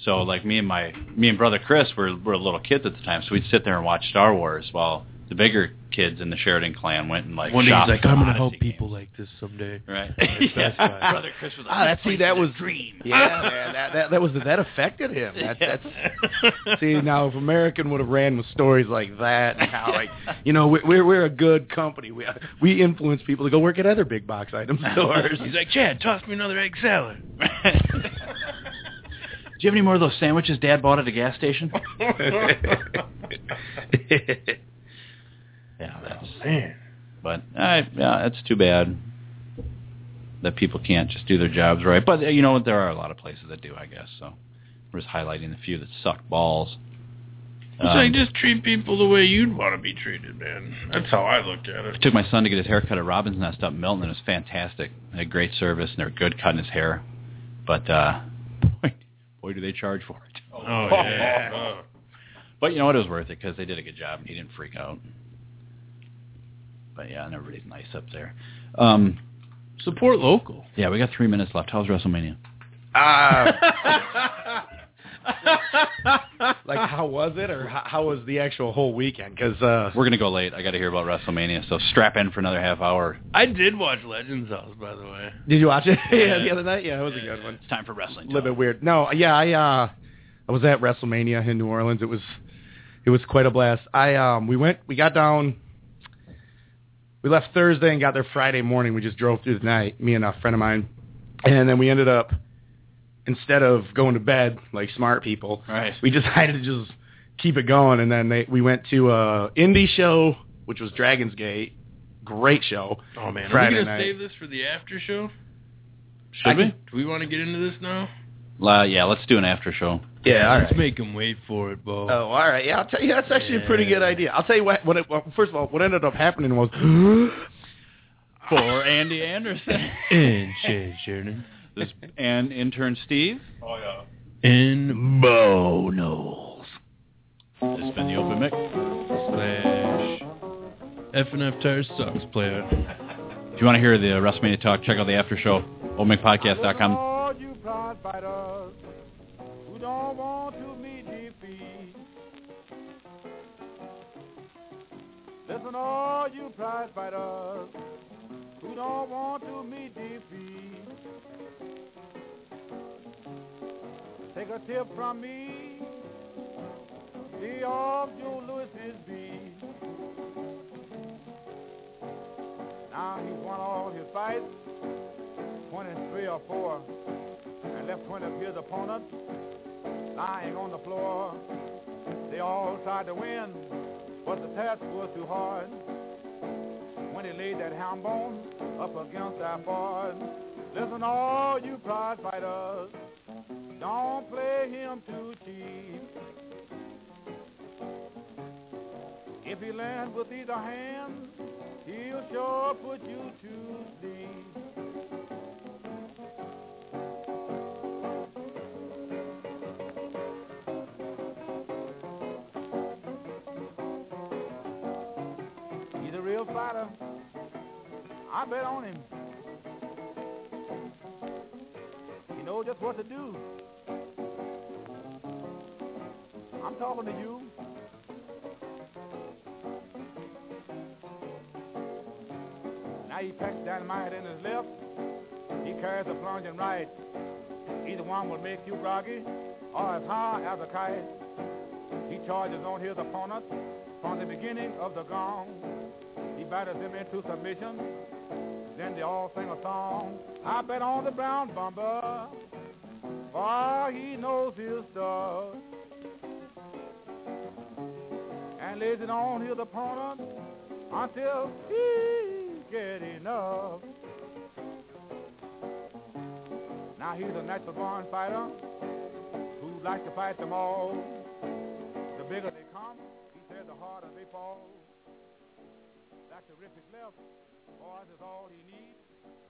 Speaker 4: So like me and my me and brother Chris were were little kids at the time, so we'd sit there and watch Star Wars while the bigger kids in the Sheridan clan went and like
Speaker 5: One day he's
Speaker 4: shopped
Speaker 5: like,
Speaker 4: for
Speaker 5: I'm gonna
Speaker 4: Odyssey
Speaker 5: help
Speaker 4: games."
Speaker 5: people like this someday.
Speaker 4: Right.
Speaker 5: That's
Speaker 4: yeah.
Speaker 5: right.
Speaker 4: Brother Chris was like,
Speaker 13: Ah, that see, that was
Speaker 4: dream.
Speaker 13: Yeah, man, that, that that was that affected him. That, That's see now if American would have ran with stories like that and how like you know we- we're we're a good company. We we influence people to go work at other big box item stores.
Speaker 5: He's like, Chad, toss me another egg salad.
Speaker 4: Do you have any more of those sandwiches Dad bought at a gas station? Yeah, that's
Speaker 5: Man.
Speaker 4: but I, yeah, it's too bad that people can't just do their jobs right. But uh, you know what? There are a lot of places that do, I guess. So we're just highlighting a few that suck balls.
Speaker 5: It's
Speaker 4: Um,
Speaker 5: like just treat people the way you'd want to be treated, man. That's how I looked at
Speaker 4: I
Speaker 5: it.
Speaker 4: took my son to get his hair cut at Robin's Nest up in Milton, and it was fantastic. They had great service, and they're good cutting his hair. But uh, boy, boy, do they charge for it.
Speaker 5: Oh, yeah. Oh.
Speaker 4: But you know what? It was worth it because they did a good job, and he didn't freak out. But yeah, and everybody's nice up there. Um,
Speaker 5: Support local.
Speaker 4: yeah, we got three minutes left. How's WrestleMania?
Speaker 13: Ah. like how was it or how, how was the actual whole weekend? Because uh,
Speaker 4: We're gonna go late. I got to hear about WrestleMania, so strap in for another half hour.
Speaker 5: I did watch Legends House, by the way.
Speaker 13: did you watch it? yeah, the other night. Yeah, it was a good one.
Speaker 4: It's time for wrestling.
Speaker 13: A little bit weird. No, yeah, I uh, I was at WrestleMania in New Orleans. It was it was quite a blast. I um, we went, we got down, we left Thursday and got there Friday morning. We just drove through the night, me and a friend of mine, and then we ended up instead of going to bed like smart people,
Speaker 4: Right.
Speaker 13: we decided to just keep it going. And then they, we went to a indie show, which was Dragon's Gate. Great show.
Speaker 5: Oh man,
Speaker 13: Friday
Speaker 5: are we gonna
Speaker 13: night.
Speaker 5: save this for the after show?
Speaker 4: Should
Speaker 13: I
Speaker 4: we?
Speaker 13: can-
Speaker 5: Do we want to get into this now?
Speaker 4: Uh, yeah, let's do an after show.
Speaker 13: Yeah, all
Speaker 5: Let's
Speaker 13: right.
Speaker 5: make him wait for it, Bo.
Speaker 13: Oh, all right. Yeah, I'll tell you. That's actually a pretty good
Speaker 5: Yeah.
Speaker 13: idea. I'll tell you what. what it, well, first of all, what ended up happening was
Speaker 4: For Andy Anderson
Speaker 5: And Chad Sheridan.
Speaker 4: this, and intern Steve.
Speaker 14: Oh yeah.
Speaker 5: And Bo Knowles.
Speaker 4: This has been the open mic.
Speaker 5: Slash. FNF Tire Sucks player.
Speaker 4: If you want to hear the WrestleMania talk, check out the after show. OldMickPodcast.com.
Speaker 17: All you prize fighters who don't want to meet defeat. Listen, all you prize fighters who don't want to meet defeat. Take a tip from me. Be off Joe Lewis's beat. Now he's won all his fights. 23 or 4 and left 20 of his opponents lying on the floor. They all tried to win, but the task was too hard. When he laid that hound bone up against that board, listen, all you prize fighters, don't play him too cheap. If he lands with either hand, he'll sure put you to sleep. He's a real fighter. I bet on him. He knows just what to do. I'm talking to you. Now he packs dynamite in his left. He carries a plunging right. Either one will make you groggy or as high as a kite. He charges on his opponent from the beginning of the gong. He batters him into submission.
Speaker 13: Then they all sing a song. I bet on the brown bumper, for he knows his stuff. And lays it on his opponent until he get enough. Now he's a natural born fighter who likes to fight them all. The bigger they come, he said, the harder they fall. That terrific left, boys, is all he needs.